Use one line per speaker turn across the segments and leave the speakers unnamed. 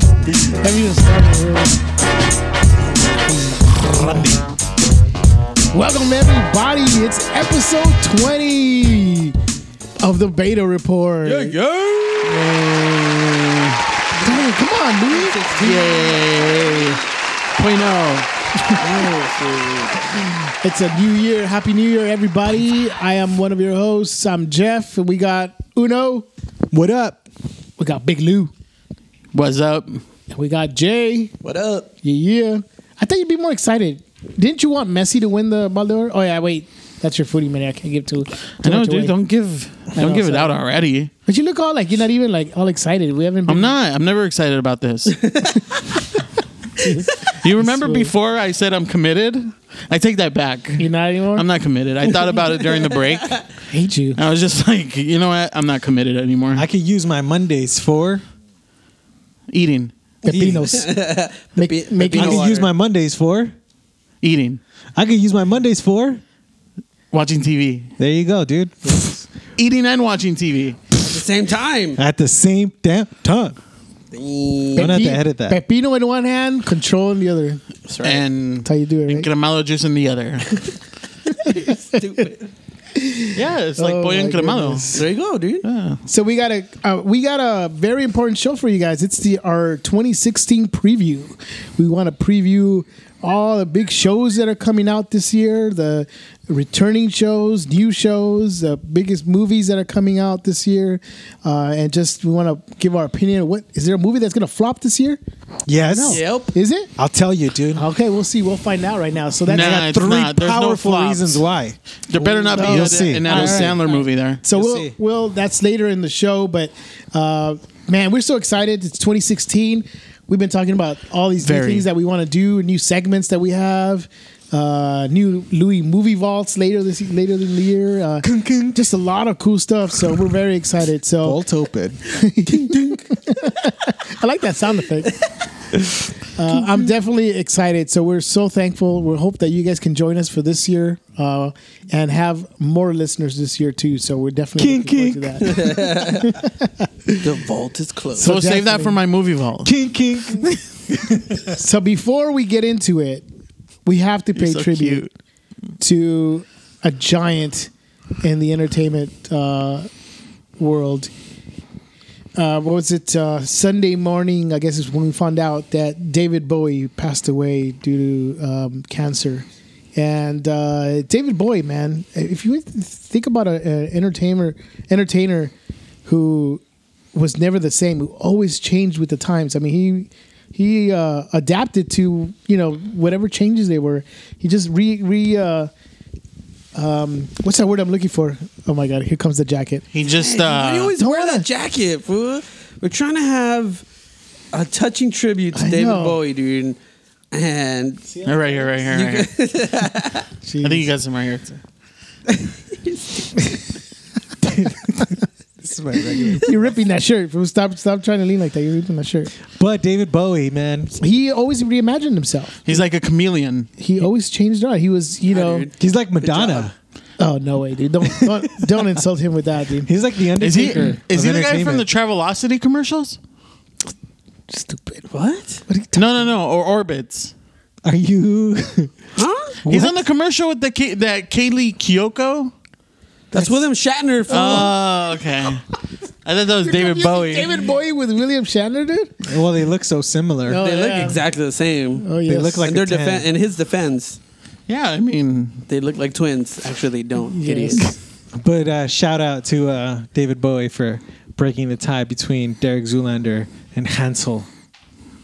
Have you started really? Welcome everybody. It's episode 20 of the Beta Report.
yeah.
Dang, come on, dude. oh.
Yay. Point
It's a new year. Happy New Year, everybody. I am one of your hosts. I'm Jeff. and We got Uno.
What up?
We got Big Lou.
What's up?
And we got Jay.
What up?
Yeah, yeah. I think you'd be more excited. Didn't you want Messi to win the Ballon d'Or? Oh yeah, wait. That's your footy minute. I can't give to.
I know, dude. Don't give,
I know,
don't give it
sorry.
out already.
But you look all like you're not even like all excited. We haven't. Been,
I'm not. I'm never excited about this. you remember before I said I'm committed? I take that back.
You're not anymore.
I'm not committed. I thought about it during the break.
I hate you.
I was just like, you know what? I'm not committed anymore.
I could use my Mondays for.
eating,
Pepinos. make, make
I
you
could use my Mondays for.
eating,
I could use my Mondays for.
watching TV,
There you go, dude.
eating and watching TV.
the same time.
At the same damn time.
Damn.
Don't have to edit that.
Pepino in one hand, control in the other.
And
That's how you do it.
and
Right?
cremado juice in the other.
Stupid.
yeah, it's like
Oh
pollo and
my
cremado.
goodness.
There you go, dude.
So we got a uh, we got a very important show for you guys. It's the our 2016 preview. We want to preview all the big shows that are coming out this year, the returning shows, new shows, the biggest movies that are coming out this year, uh, and just we want to give our opinion. What is there a movie that's going to flop this year?
Yes.
Yep.
Is it?
I'll tell you, dude.
Okay, we'll see. We'll find out right now. So that's
Nah, it's
Three
not. There's no
powerful
flops.
reasons why.
There better not be
You'll
a,
see.
an Adam
All right.
Sandler movie there.
So
You'll
we'll,
see.
we'll that's later in the show, but uh, man, we're so excited. It's 2016. We've been talking about all these new
Very.
things that we want to do, new segments that we have, uh, new Louis movie vaults later this later in the year. Uh, just a lot of cool stuff. So we're very excited. So
Bolt open.
I like that sound effect. Uh, I'm definitely excited. So we're so thankful. We hope that you guys can join us for this year uh, and have more listeners this year too. So we're definitely
Kink,
looking forward to that.
The vault is closed.
So
So
save that
definitely-
for my movie vault.
Kink, kink.
So before we get into it, we have to pay
so
tribute to a giant in the entertainment uh, world. Uh, what was it? Uh, Sunday morning, I guess, is when we found out that David Bowie passed away due to um, cancer. And uh, David Bowie, man, if you think about an entertainer, entertainer who was never the same, who always changed with the times. I mean, he he uh, adapted to you know whatever changes they were. He just re re. Uh, um, what's that word I'm looking for? Oh my god, here comes the jacket.
He just
Why do you
uh,
always wear that jacket, fool? We're trying to have a touching tribute to
I
David
know.
Bowie, dude. And
right here, right here, right here. I think you got some right here.
This is my regular.
You're ripping that shirt. Stop stop trying to lean like that. You're ripping that shirt.
But David Bowie, man.
He always reimagined himself.
He's like a chameleon.
He always changed around. He was you know.
dude.
He's like Madonna.
Oh no way, dude! Don't don't, don't insult him with that, dude.
He's like the
Is he?
Undertaker.
Is
of
he the guy from the
entertainment.
Travelocity commercials?
Stupid.
what?
What are you talking?
No, no, no. Or Orbits.
Are you?
Huh?
He's on the commercial with the K- that Kaylee Kyoko.
That's William Shatner, fool.
Oh, okay. I thought that was David Bowie.
David Bowie with William Shatner, dude.
well, they look so similar.
No.
they
yeah.
look exactly the same.
Oh yes.
look like
in their
a 10.
defense, in his defense,
Yeah, I mean,
they look like twins. Actually, they don't. Idiots.
But uh, shout out to uh, David Bowie for breaking the tie between Derek Zoolander and Hansel.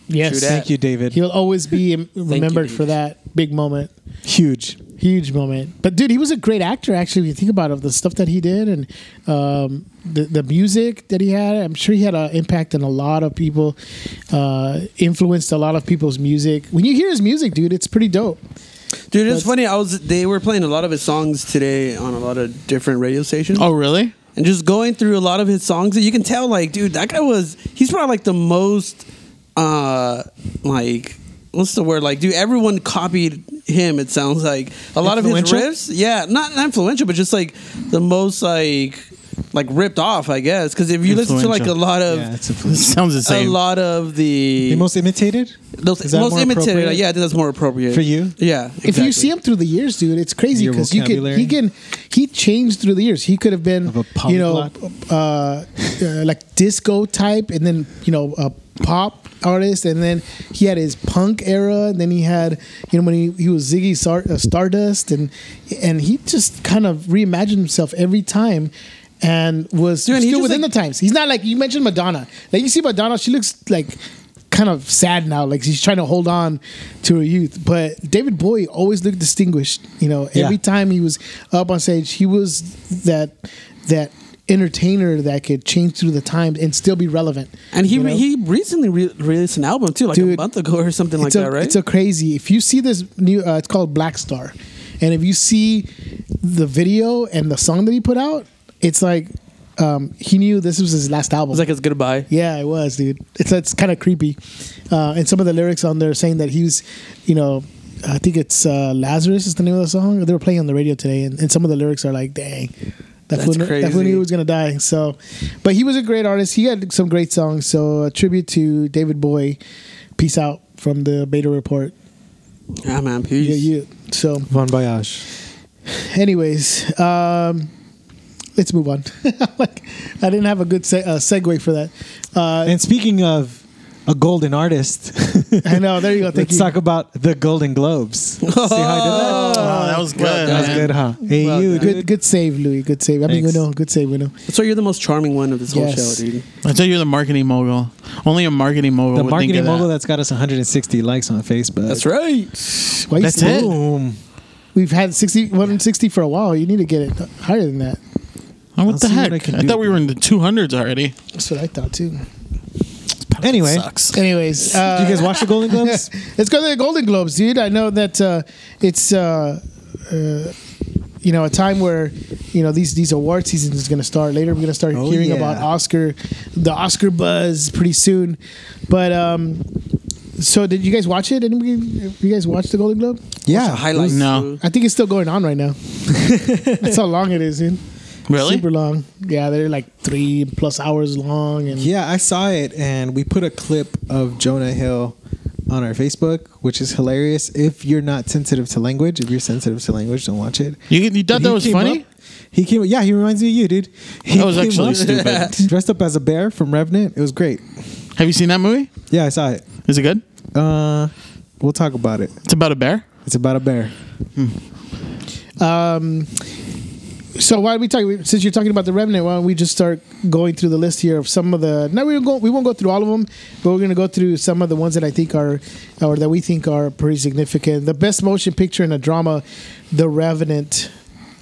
Yes.
True that.
Thank you, David.
He'll always be em- remembered
dude.
for that big moment,
Huge.
huge moment. But dude, he was a great actor. Actually, if you think about it, the stuff that he did and um, the the music that he had, I'm sure he had an impact on a lot of people. Uh, influenced a lot of people's music. When you hear his music, dude, it's pretty dope.
Dude, it's funny. I was they were playing a lot of his songs today on a lot of different radio stations.
oh really?
and just going through a lot of his songs and you can tell like dude that guy was he's probably like the most uh like what's the word like dude everyone copied him it sounds like a lot of his
Influential?
riffs yeah not, not influential but just like the most like like ripped off, I guess. Because if you listen to like a
Influential.
lot of
yeah, it's
It
a,
sounds the
a
same.
lot of the,
the most imitated.
those,
is that
most
more
imitated,
appropriate?
yeah, I think that's more appropriate
For you?
Yeah,
If you
exactly.
see him through the years, dude, it's crazy
Your
because you could
vocabulary?
he can he changed through the years. He could have been
Of a
you know
polyglot?
uh, uh, like disco type, and then you know a pop artist, and then he had his punk era, and then he had you know when he, he was Ziggy Star, uh, Stardust, and and he just kind of reimagined himself every time. And was
Dude, and he
still
just,
within
like-
the times. He's not like you mentioned Madonna. Like you see Madonna, she looks like kind of sad now. Like she's trying to hold on to her youth. But David Bowie always looked distinguished. You know,
Yeah.
every time he was up on stage, he was that that entertainer that could change through the times and still be relevant.
and he
you
re-
know?
he recently re- released an album too, like a
Dude,
month ago or something like
it's a,
that, right?
It's a crazy. If you see this new, uh, it's called Black Star, and if you see the video and the song that he put out, it's like um, he knew this was his last album.
it's like his goodbye.
Yeah, it was, dude. It's it's kind of creepy, uh, and some of the lyrics on there saying that he was, you know, I think it's uh, Lazarus is the name of the song. They were playing on the radio today, and, and some of the lyrics are like, "Dang, that
That's
fool, kn- that fool
crazy.
knew he was gonna die." So, but he was a great artist. He had some great songs. So, a tribute to David Bowie. Peace out from the Beta Report.
Yeah, man.
Yeah,
Peace.
yeah. So,
Von Voyage.
anyways, um, let's move on. like, I didn't have a good se- uh, segue for that. Uh,
And speaking of a golden artist,
I know. There you go. Thank
let's
you.
talk about the Golden Globes. See
Oh,
how I did that?
oh, that was good.
well
That was
man.
good, huh? Hey,
Well
you,
done.
dude.
Good, good save, Louis. Good save. I mean,
Thanks.
Uno. Good save, Uno.
So you're the most charming one of this whole
Yes.
show, dude.
I tell you're the marketing mogul. Only a marketing mogul
The
would think
marketing
of that.
mogul that's got us 160 likes on Facebook.
That's right.
Why you
That's
still-
it.
Boom.
We've had 60, 160 for a while. You need to get it higher than that.
Oh, what
I'll
the
see what
heck?
I
I,
can do.
thought we were in the 200s already.
That's what I thought too.
Anyway,
Sucks.
Anyways, uh,
did you guys watch the Golden Globes?
let's go to the Golden Globes, dude. I know that uh, it's uh, uh, you know a time where you know these these award season is going to start. Later, we're going to start
Oh,
hearing
yeah.
about Oscar, the Oscar buzz pretty soon. But um, so did you guys watch it? Anybody, you guys watch the Golden Globe?
The highlights.
No.
dude.
I think it's still going on right now. That's how long it is, dude.
Really?
Super long. Yeah, they're like three plus hours long. And
Yeah, I saw it, and we put a clip of Jonah Hill on our Facebook, which is hilarious. If you're not sensitive to language, if you're sensitive to language, don't watch it.
You, you thought
But
that
he
was
came
funny?
up- he came. Yeah, he reminds me of you, dude. He
That was
came
actually stupid.
dressed up as a bear from Revenant. It was great.
Have you seen that movie?
Yeah, I saw it.
Is it good?
Uh, we'll talk about it.
It's about a bear.
It's about a bear.
um, so why don't we talk? Since you're talking about the revenant, why don't we just start going through the list here of some of the? No, we won't go. We won't go through all of them, but we're going to go through some of the ones that I think are, or that we think are pretty significant. The best motion picture in a drama, The Revenant.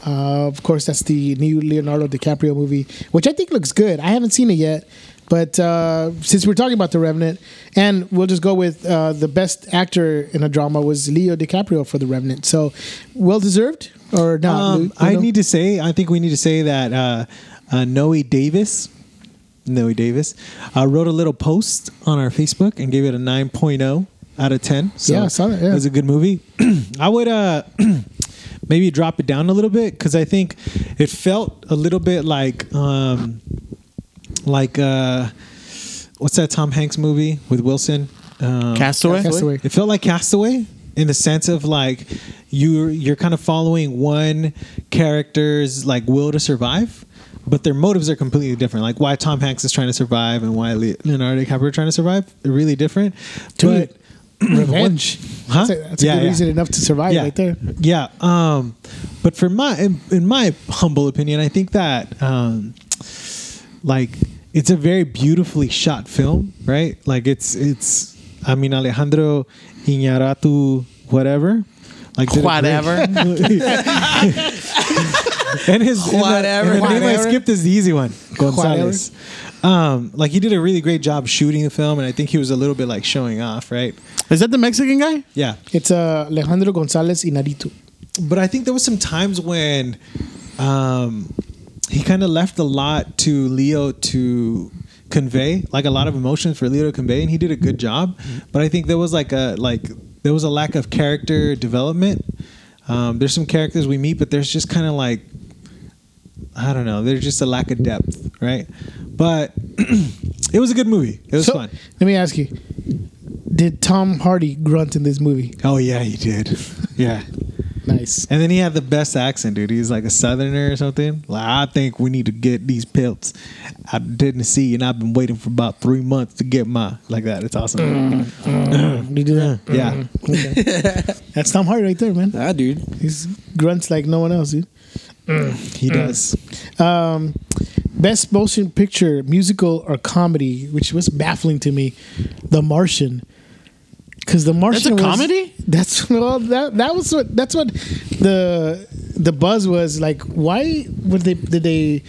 Uh, of course, that's the new Leonardo DiCaprio movie, which I think looks good. I haven't seen it yet, but uh, since we're talking about The Revenant, and we'll just go with uh, the best actor in a drama was Leo DiCaprio for The Revenant. So, well deserved or not?
Um,
Lou?
I
Uno?
need to say, I think we need to say that uh, uh, Noe Davis, Noe Davis, uh, wrote a little post on our Facebook and gave it a 9.0 out of 10. So
Yeah, I saw that, yeah.
It was a good movie. I would uh, maybe drop it down a little bit because I think it felt a little bit like, um, like uh, what's that Tom Hanks movie with Wilson? Um,
Castaway?
Castaway.
it felt like Castaway in the sense of like you're you're kind of following one character's like will to survive, but their motives are completely different. Like why Tom Hanks is trying to survive and why Le- Leonardo DiCaprio are trying to survive, they're really different.
Dude,
but
revenge.
Huh?
That's a, that's a
Yeah,
good
yeah.
reason enough to survive right there.
yeah. Um, but for my, in, in my humble opinion, I think that um, like it's a very beautifully shot film, right? Like it's it's. I mean, Alejandro Iñárritu, whatever. Like did a great-
Whatever.
and his and the-
Whatever.
and the name I
Whatever.
skipped is the easy one, Gonzalez. Um, like he did a really great job shooting the film, and I think he was a little bit like showing off, right?
Is that the Mexican guy?
Yeah.
It's uh, Alejandro Gonzalez Inarritu.
but I think there was some times when um, he kind of left a lot to Leo to convey, like a lot of emotions for Leo to convey, and he did a good job. But I think there was like a like there was a lack of character development. Um, there's some characters we meet, but there's just kind of like I don't know. There's just a lack of depth, right? But it was a good movie. It was
So,
fun.
Let me ask you: Did Tom Hardy grunt in this movie?
Oh yeah, he did. Yeah.
Nice.
And then he had the best accent, dude. He's like a southerner or something. Like I think we need to get these pelts out of Tennessee, and I've been waiting for about three months to get my like that. It's awesome.
Did he do that?
Mm-hmm.
Yeah,
That's Tom Hardy right there, man.
Ah, dude.
He's grunts like no one else, dude.
he
Mm-hmm.
does.
um, best motion picture musical or comedy which was baffling to me the martian because the martian was-
comedy?
that's well that that was what that's what the the buzz was like why would they did they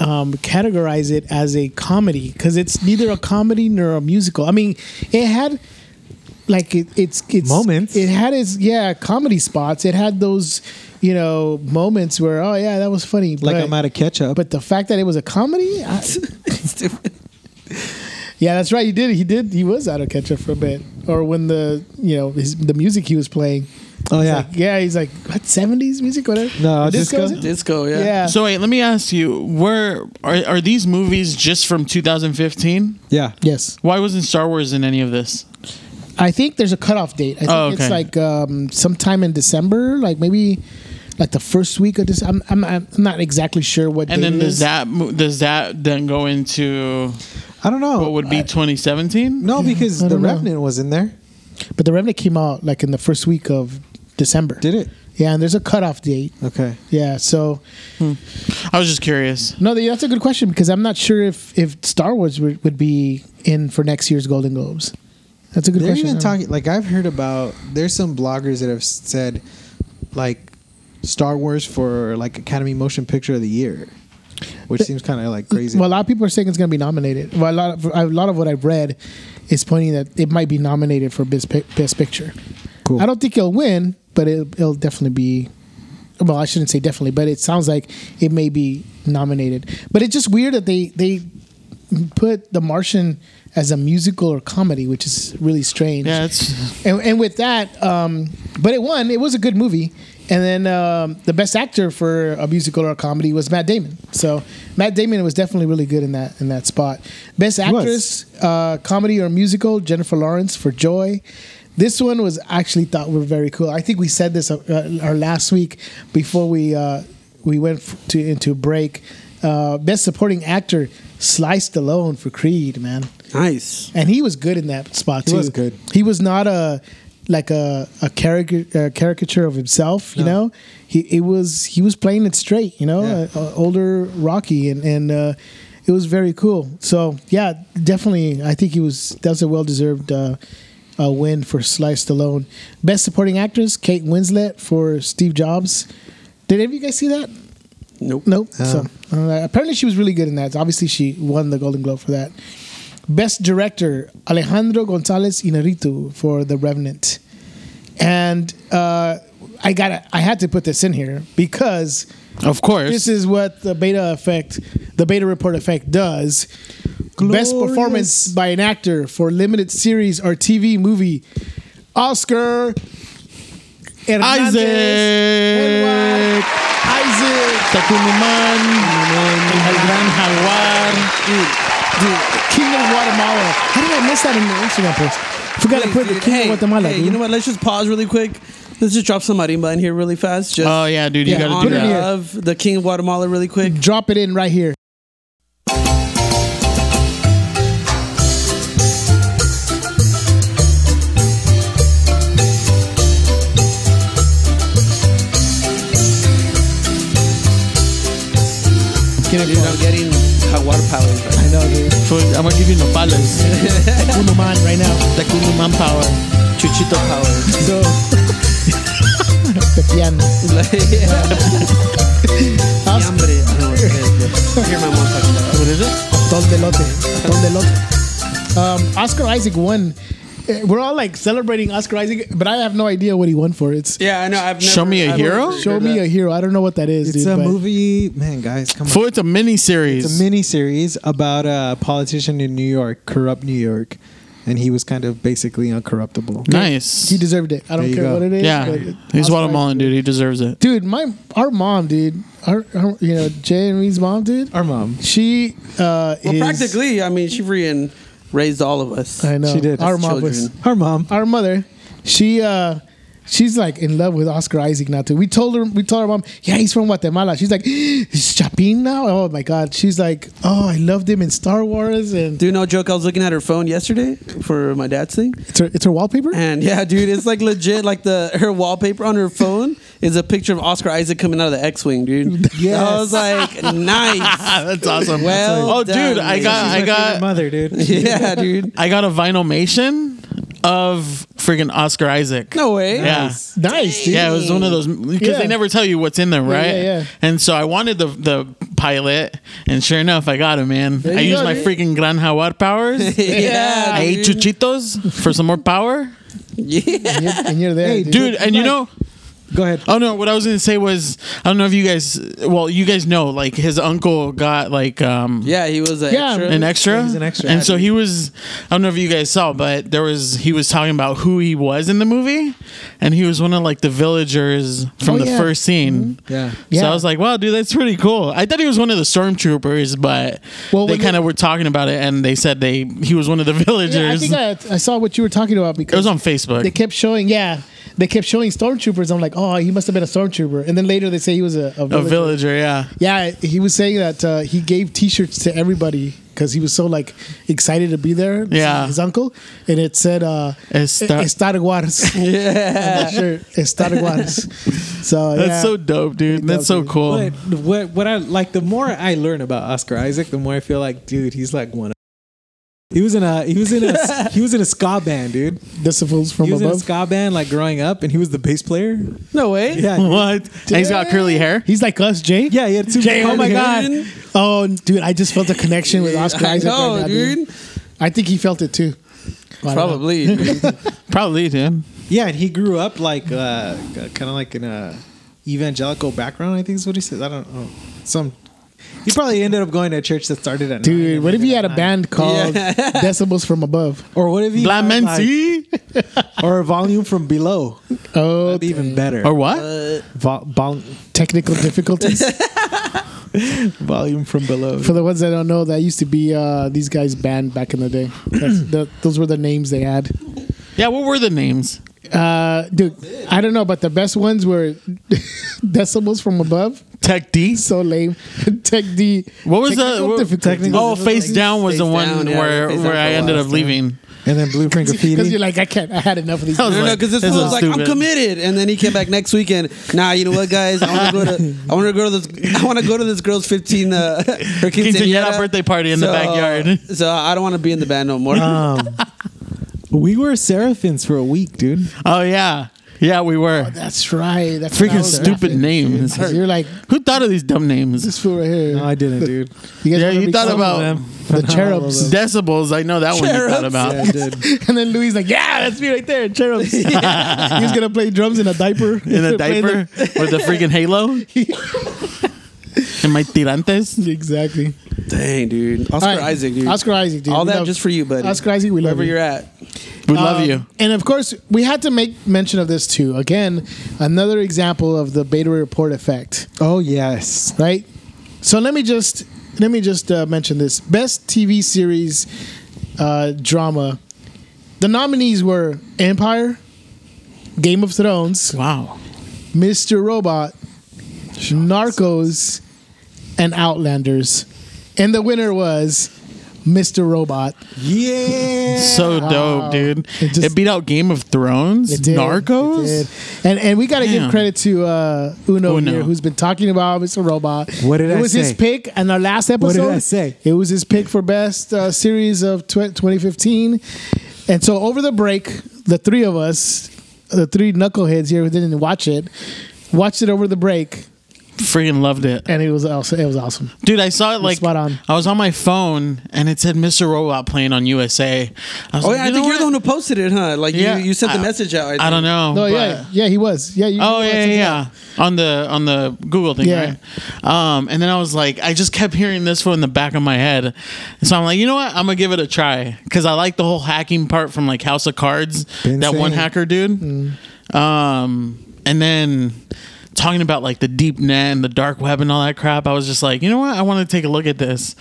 um, categorize it as a comedy because it's neither a comedy nor a musical i mean it had like it, it's it's
Moments.
It had its yeah comedy spots. It had those you know moments where oh yeah that was funny.
Like
but-
I'm out of ketchup.
but the fact that it was a comedy, I,
It's different.
yeah, that's right. He did. He did. He was out of ketchup for a bit. Or when the you know his, the music he was playing.
oh yeah,
Like, yeah, he's like what seventies music, whatever.
No, disco.
is it?
Disco, yeah.
Yeah.
So wait, let me ask you: Were are, are these movies just from 2015?
yeah.
yes,
Why wasn't Star Wars in any of this?
I think there's a cutoff date. I think
Oh,
it's
okay.
like um, sometime in December, like maybe like the first week of this. I'm I'm, I'm not exactly sure what.
And
date
then
it is.
does that mo- does that then go into
Oh, I don't know.
what would be 2017?
no, because
I
the
don't know.
Revenant was in there.
But the Revenant came out like in the first week of December.
Did it?
Yeah, and there's a cutoff date.
Okay.
Yeah, so
I was just curious.
No, th- that's a good question because I'm not sure if if Star Wars would, would be in for next year's Golden Globes. That's a good
They're
question.
even
I don't know.
talking like I've heard about. There's some bloggers that have said like Star Wars for like Academy Motion Picture of the Year, which seems kind of like crazy.
Well, a lot of people are saying it's going to be nominated. Well, a lot of a lot of what I've read is pointing that it might be nominated for best Pic- best picture.
Cool.
I don't think it'll win, but it'll, it'll definitely be. Well, I shouldn't say definitely, but it sounds like it may be nominated. But it's just weird that they they put The Martian as a musical or comedy, which is really strange.
Yeah, it's
and, and with that, um, but it won. It was a good movie. And then um, the best actor for a musical or a comedy was Matt Damon. So Matt Damon was definitely really good in that in that spot. Best
was.
actress, uh, comedy or musical, Jennifer Lawrence for Joy. This one was actually thought were very cool. I think we said this uh, uh, our last week before we uh, we went f- to into break. Uh, best supporting actor, Sly Stallone for Creed. Man,
Nice.
and he was good in that spot
He
too.
was good.
He was not a like a a, caric- a caricature of himself. You
No.
know, he it was he was playing it straight. You know,
Yeah.
a, a older Rocky, and and uh, it was very cool. So yeah, definitely, I think he was that's a well deserved. Uh, uh win for Sly Stallone. Best Supporting Actress, Kate Winslet for Steve Jobs. Did any of you guys see that?
Nope.
Nope.
Oh.
So uh, apparently she was really good in that. Obviously she won the Golden Globe for that. Best director Alejandro Gonzalez Inarritu for The Revenant, and uh, I got to I had to put this in here because
of course.
this is what the Beta Effect, the Beta Report Effect does. Best
Glorious.
performance by an actor for limited series or TV movie, Oscar Hernandez
Isaac.
Hernandez, Isaac.
Tatunuman, El Gran Jaguar.
Dude, dude.
King of Guatemala. How did I miss that in the Instagram post? Forgot to
Please,
put the
dude.
King
hey,
of Guatemala.
hey,
dude.
you know what? Let's just pause really quick. Let's just drop some marimba in here really fast. Just
Oh yeah, dude, you
Yeah,
gotta
honor
do
put it
that.
here.
of the King of Guatemala really quick.
Drop it in right here. King of
Dude, I'm
Guatemala.
getting Jaguar powers right
I know, dude.
For- I'm gonna give you nopales,
Uno man right now.
Tacunuman power.
now. Chuchito powers.
So, Pepiano.
Like, yeah. Y
Oscar.
hambre. I know, it's good. I hear my mom talking about it.
What is it?
Don Delote. Don Delote. Um, Oscar Isaac won. Eh, We're all like celebrating Oscar Isaac, but I have no idea what he won for. It's
Yeah, I know. I've never,
Show me a
I've never
hero?
heard
Show Me
that.
a Hero. I don't know what that is,
it's
dude.
a
but-
movie, man, guys. Come on.
For it's a mini series.
It's a mini series about a politician in New York, corrupt New York, and he was kind of basically uncorruptible.
Nice.
He deserved it. I don't
There you
care
go.
what it is.
yeah,
but
he's
I'll
Guatemalan,
fight.
dude. He deserves it.
Dude, my our mom, dude, our, our you know Jay and Reed's mom, dude.
Our mom.
She uh,
Well,
is-
practically, I mean, she freaking raised all of us.
I know
She did.
Our
As
mom was
children.
Our mom.
our mother. She uh, she's like in love with Oscar Isaac now too. We told her we told her mom, yeah, he's from Guatemala. She's like, he's Chapin now. Oh my god. She's like, oh, I loved him in Star Wars and
Do you know, joke? I was looking at her phone yesterday for my dad's thing,
it's her it's her wallpaper.
and yeah, dude, it's like legit. Like the her wallpaper on her phone is a picture of Oscar Isaac coming out of the X-wing, dude. Yeah, I was like,
Ah,
nice.
That's awesome.
Well
oh,
done,
dude, I
man.
got,
She's
I got,
mother, dude.
yeah, dude.
I got a vinylmation of friggin' Oscar Isaac.
No way.
Yeah.
Nice, dude.
Yeah, it was one of those because
Yeah.
they never tell you what's in them, right?
yeah, yeah.
And so I wanted the the pilot, and sure enough, I got it, man. I
you
used
go,
my
dude.
freaking Gran Jaguar powers.
Yeah,
I ate
dude.
chuchitos for some more power,
And you're, and you're there, dude.
dude. And you know,
Go ahead.
oh no, what I was gonna say was I don't know if you guys, well, you guys know, like his uncle got like um
Yeah, he was an
Yeah,
extra.
an extra.
He's an extra.
And so he was. I don't know if you guys saw, but there was he was talking about who he was in the movie, and he was one of like the villagers from
Oh,
the
yeah. Mm-hmm.
first scene.
Yeah.
So
Yeah.
I was like, wow, dude, that's pretty cool. I thought he was one of the stormtroopers, but
Well,
they
when
kind
they-
of were talking about it, and they said they he was one of the
Yeah, I
villagers.
think uh, I, I saw what you were talking about
it was
because
on Facebook.
they kept showing, yeah, they kept showing stormtroopers. I'm like, oh, he must have been a stormtrooper. And then later they say he was a, a,
a
villager.
villager, yeah.
Yeah, he was saying that uh, he gave T-shirts to everybody because he was so like excited to be there.
Yeah.
his uncle, and it said uh,
Esta-
Estar Guares. Yeah, sure, Estar Guares. So
That's
yeah.
so dope, dude.
dope,
That's so
dude.
cool.
But what what I like the more I learn about Oscar Isaac, the more I feel like, dude, he's like one. of He was in a he was in a he was in a ska band, dude.
This is fools from
He was in a
above.
ska band like growing up, and he was the bass player.
no way.
Yeah, dude.
what? And he's got curly hair.
He's like us, Jay.
yeah, he had two.
Jay. Oh my
Curly
god. Oh, dude, I just felt a connection with Oscar
I
Isaac
know,
right now, dude.
dude.
I think he felt it too. I don't know.
Probably. dude.
Probably, dude.
Yeah, and he grew up like uh, kind of like in a evangelical background. I think is what he says. I don't know some. He probably ended up going to a church that started at nine
Dude,
and
what if
ended
he had
at
a
nine.
band called Decibels from Above?
or what if he
Black
had,
man
like-
see?
or a volume from below?
Oh,
That'd be even better.
or what?
Vol- vol-
technical difficulties.
volume from below.
For the ones that don't know, that used to be uh, these guys' band back in the day. That's, the, those were the names they had.
yeah, what were the names?
Uh, dude, I don't know, but the best ones were Decibels from Above.
Tech D.
So lame. Tech D.
What was
Technical
the what-
difficulties.
Oh, face down was
Face
the one
Down, yeah,
where
Face Down
where
for
I
a
ended
while,
up leaving.
And then Blueprint
Because you're
Graffiti.
like, I can't. I had enough of these.
That was
No, no,
like,
because this
this
fool
is
was like, I'm
stupid.
committed, and then he came back next weekend. Nah, you know what, guys? I want to go to, I want to go to this, I want to go to this girl's 15, uh, her
Quinceañera
quinceañera
birthday party in the backyard.
So I don't want to be in the band no more.
Um, we were Seraphins for a week, dude.
Oh yeah, yeah, we were
That's right. That's
freaking stupid names.
'Cause You're like
Who thought of these dumb names?
this fool right here.
No, I didn't, dude.
You guys
Yeah,
wanna
you
be
thought
cool?
about
the cherubs,
decibels. I know that one you thought
Cherubs.
about.
Yeah, I did.
and then Louis like, yeah, that's me right there, cherubs. He's gonna play drums in a diaper.
In a diaper with the freaking halo. and my tirantes.
exactly.
Dang, dude, Oscar
All right.
Isaac, dude,
Oscar Isaac, dude.
all
We
that
love-
just for you, buddy.
Oscar Isaac, we love
wherever
you.
you're at.
We love
Um,
you.
And of course, we had to make mention of this too. Again, another example of the beta report effect,
Oh yes.
right? So let me just let me just uh, mention this best TV series uh, drama. The nominees were Empire, Game of Thrones,
Wow.
Mr. Robot, Narcos, and Outlanders. And the winner was Mr. Robot.
Yeah.
So dope, dude.
It
It,
just-
beat out Game of Thrones,
It did. It
Narcos.
did. And and we got to give
Damn.
credit to uh, Uno,
Uno.
here, who's been talking about Mr. Robot.
What did
it
I
was his
say?
pick in our last episode.
did I say?
It was his pick for best uh, series of tw- 2015. And so over the break, the three of us, the three knuckleheads here who didn't watch it, watched it over the break.
freaking loved it.
and it was also it was awesome.
Dude, I saw it like
spot on.
I was on my phone and it said Mr. Robot playing on USA. I was
Oh
like,
yeah, I
you know
think you're
what?
the one who posted it, huh? Like
Yeah,
you, you sent the
I-
message out. I,
I don't
think.
know.
No,
but-
yeah, yeah, he was. Yeah, you,
Oh
you watched
yeah,
it.
yeah, yeah. on the on the Google thing,
Yeah.
right? Um, and then I was like, I just kept hearing this one in the back of my head, so I'm like, you know what? I'm gonna give it a try because I like the whole hacking part from like House of Cards,
Been
that one
saying.
hacker dude.
Hmm.
Um, and then talking about like the deep net and the dark web and all that crap, I was just like, you know what? I want to take a look at this.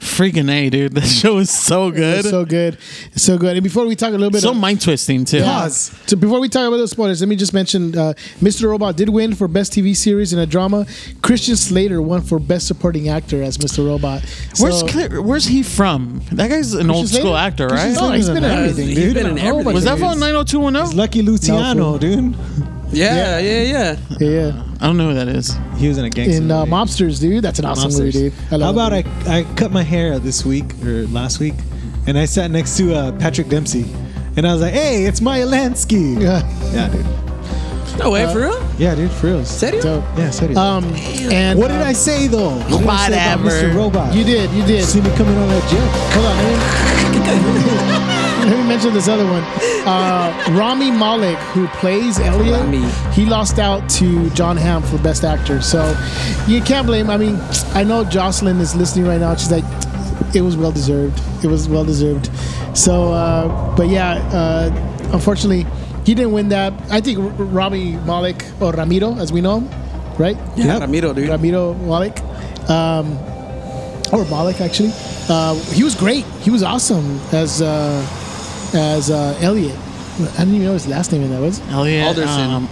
Freaking a, dude! This show is so
It
good,
was
so,
so good, so good. And before we talk a little bit, of,
mind twisting too.
Yeah. So before we talk about those spoilers, let me just mention uh, Mr. Robot did win for best TV series in a drama. Christian Slater won for best supporting actor as Mr. Robot. So-
Where's Cle- Where's he from? That guy's an old
Slater?
school actor,
Christian
right?
Slater?
Oh, he's
He's
been in
been in
everything,
he's
dude.
been in
A whole
everything.
bunch
Was
of
that oh from
dudes.
90210?
Lucky Luciano,
No, fool.
dude.
Yeah, yeah, yeah.
Yeah, yeah.
I don't know who that is.
He was in a gangster.
in uh,
movie.
Mobsters, dude. That's an awesome movie,
Monsters.
dude. I
How
love
about
that
I,
movie.
I cut my hair this week or last week, and I sat next to uh, Patrick Dempsey, and I was like, "Hey, it's Maya Lansky."
Yeah.
yeah, dude.
No way, for real?
Yeah, dude, for real.
Serio?
So,
Yeah, seriously.
um, and
what did
uh,
I say though? What did I say about
Whatever.
Mr. Robot?
You did, you did.
see me coming on that jet.
Hold on. Let me, let me mention this other one. Uh, Rami Malek, who plays Elliot,
Rami.
he lost out to John Hamm for Best Actor. So you can't blame. I mean, I know Jocelyn is listening right now. She's like, it was well deserved. It was well deserved. So, uh, but yeah, uh, unfortunately, he didn't win that. I think R- Rami Malek or Ramiro, as we know him, right?
Yeah,
Yep.
Ramiro, dude.
Ramiro Malik, um, or Malik actually. Uh, he was great. He was awesome as uh, as uh, Elliot. I didn't even know his last name in that was
Elliot
Alderson.
um,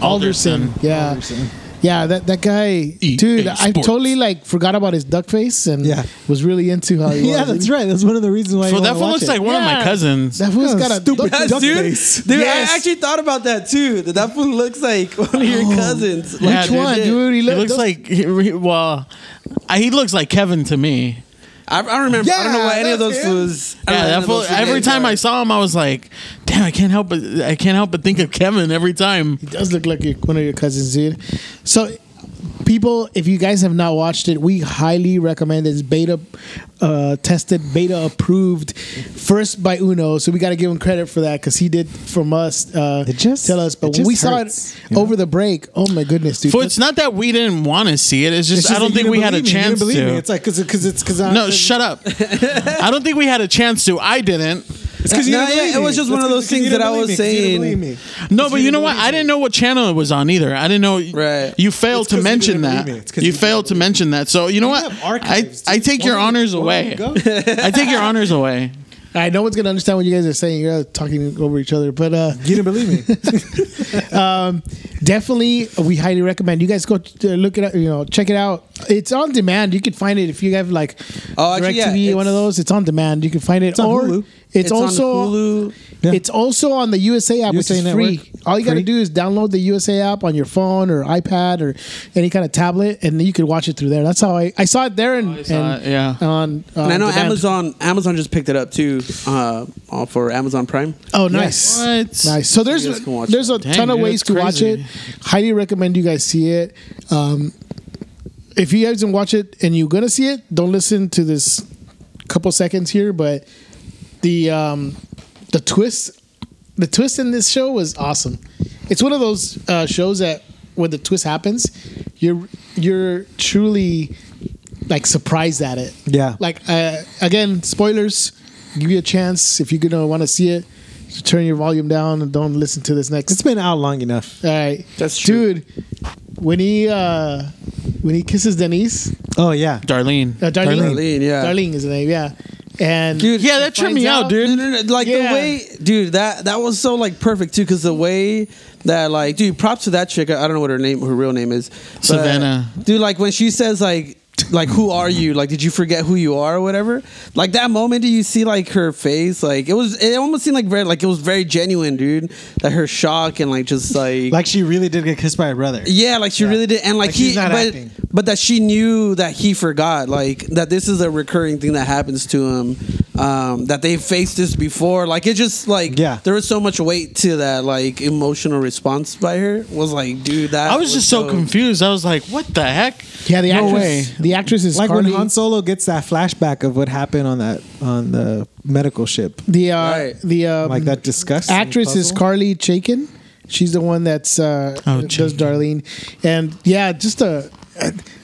Yeah,
Alderson.
yeah. That that guy,
EA
dude. I
E Sports.
totally like forgot about his duck face and
Yeah.
was really into how he
Yeah,
was.
that's right. That's one of the reasons why.
So
you
that
wanna
one
watch
looks
it.
like one of my
Yeah.
cousins.
That fool's
Yeah,
got a
stupid
duck-
Yes,
Duck
dude.
face.
Dude,
Yes.
I actually thought about that too. That that fool looks like one of
Oh.
your cousins. Like,
Yeah,
Which one,
He,
dude? He look-
looks
those-
like he, he- well, I, he looks like Kevin to me.
I, I remember. I don't know why any of
that's
those
him.
fools. I don't
Yeah,
know
that
any of
fool,
those fools'
every
names
time
are.
I saw him, I was like, "Damn, I can't help but I can't help but think of Kevin every time."
He does look like your, one of your cousins, dude. So, people, if you guys have not watched it, we highly recommend it. It's beta uh, tested, beta approved, first by Uno. So we got to give him credit for that because he did from us. Uh,
It just-
tell us,
it
but when
just
we
hurts,
saw it
you know?
over the break, oh my goodness, dude!
Fool, it's not that we didn't want to see it. It's just,
It's just
I
that
don't
you
think
didn't
we had a
believe me. You
chance
didn't believe me.
to.
It's like because because it's because
No, shut up. I don't think we had a chance to. I didn't.
It's because you
No,
didn't
yeah,
believe
it
me.
was just one
It's
of
'cause-
those
'cause you
things
didn't
that I
believe
was
me, 'cause you didn't
saying.
believe me.
No, but you know what? I didn't know what channel it was on either. I didn't know.
Right.
You failed
It's
to
'cause you
mention
didn't
that.
believe me. It's 'cause
You
you didn't
failed to mention that. So you know what?
have
I
archives,
I
dude.
take
Why
your
don't you-
honors
why
away.
don't you
I take your honors away.
I no one's gonna understand what you guys are saying. You're uh, talking over each other, but uh,
You didn't believe me.
definitely we highly recommend you guys go uh, look it up you know check it out it's on demand you can find it if you have like
Oh, actually, yeah,
DirecTV, one of
it's-
those it's on demand you can find it
on
or
Hulu.
it's,
It's on
also
Hulu.
Yeah.
it's also on the USA app which
USA
is
Network.
free all you got to
Free.
do is download the USA app on your phone or iPad or any kind of tablet and you can watch it through there that's how I, I saw it there and,
I saw
and
it, yeah.
on uh,
And I know
demand.
Amazon. Amazon just picked it up too uh, uh, for Amazon Prime.
oh nice
What?
Nice. So there's
You guys can watch
there's a
that.
Dang,
ton of
dude,
ways
that's
to watch it.
crazy.
Highly recommend you guys see it. Um, if you guys didn't watch it and you're gonna see it, don't listen to this couple seconds here. But the um, the twist the twist in this show was awesome. It's one of those uh, shows that when the twist happens, you're you're truly like surprised at it.
Yeah.
Like uh, again, spoilers. Give you a chance if you're gonna want to see it. to Turn your volume down and don't listen to this next.
It's been out long enough.
All right,
That's true.
dude. When he uh, when he kisses Denise,
Oh yeah.
Darlene.
uh, Darlene,
Darlene, yeah.
Darlene is the name, yeah. And
Dude,
yeah, that tripped me
finds
out,
out-
No,
dude.
no, no, like
Yeah.
the way, dude. That that was so like perfect too, because the way that like, dude. Props to that chick. I I don't know what her name, her real name is. but,
Savannah.
Dude, like when she says like. Like who are you? Like did you forget who you are or whatever? Like that moment, do you see like her face? Like it was, it almost seemed like very, like it was very genuine, dude. Like her shock and like just like,
Like she really did get kissed by her brother.
yeah, like she really did, and like,
Like,
he,
she's not
but,
acting.
but that she knew that he forgot, like that this is a recurring thing that happens to him, um, that they faced this before. Like it just like
Yeah.
there was so much weight to that like emotional response by her was like dude that
I was just so confused. I was like, what the heck?
Yeah, the
No
actress.
way.
The actress is
like
Carly.
when Han Solo gets that flashback of what happened on that on the medical ship,
the uh,
Right.
the um,
like that disgusting
actress is
puzzle.
Carly Chaikin. She's the one that's uh,
Oh,
does
Chaikin.
Darlene, and yeah, just a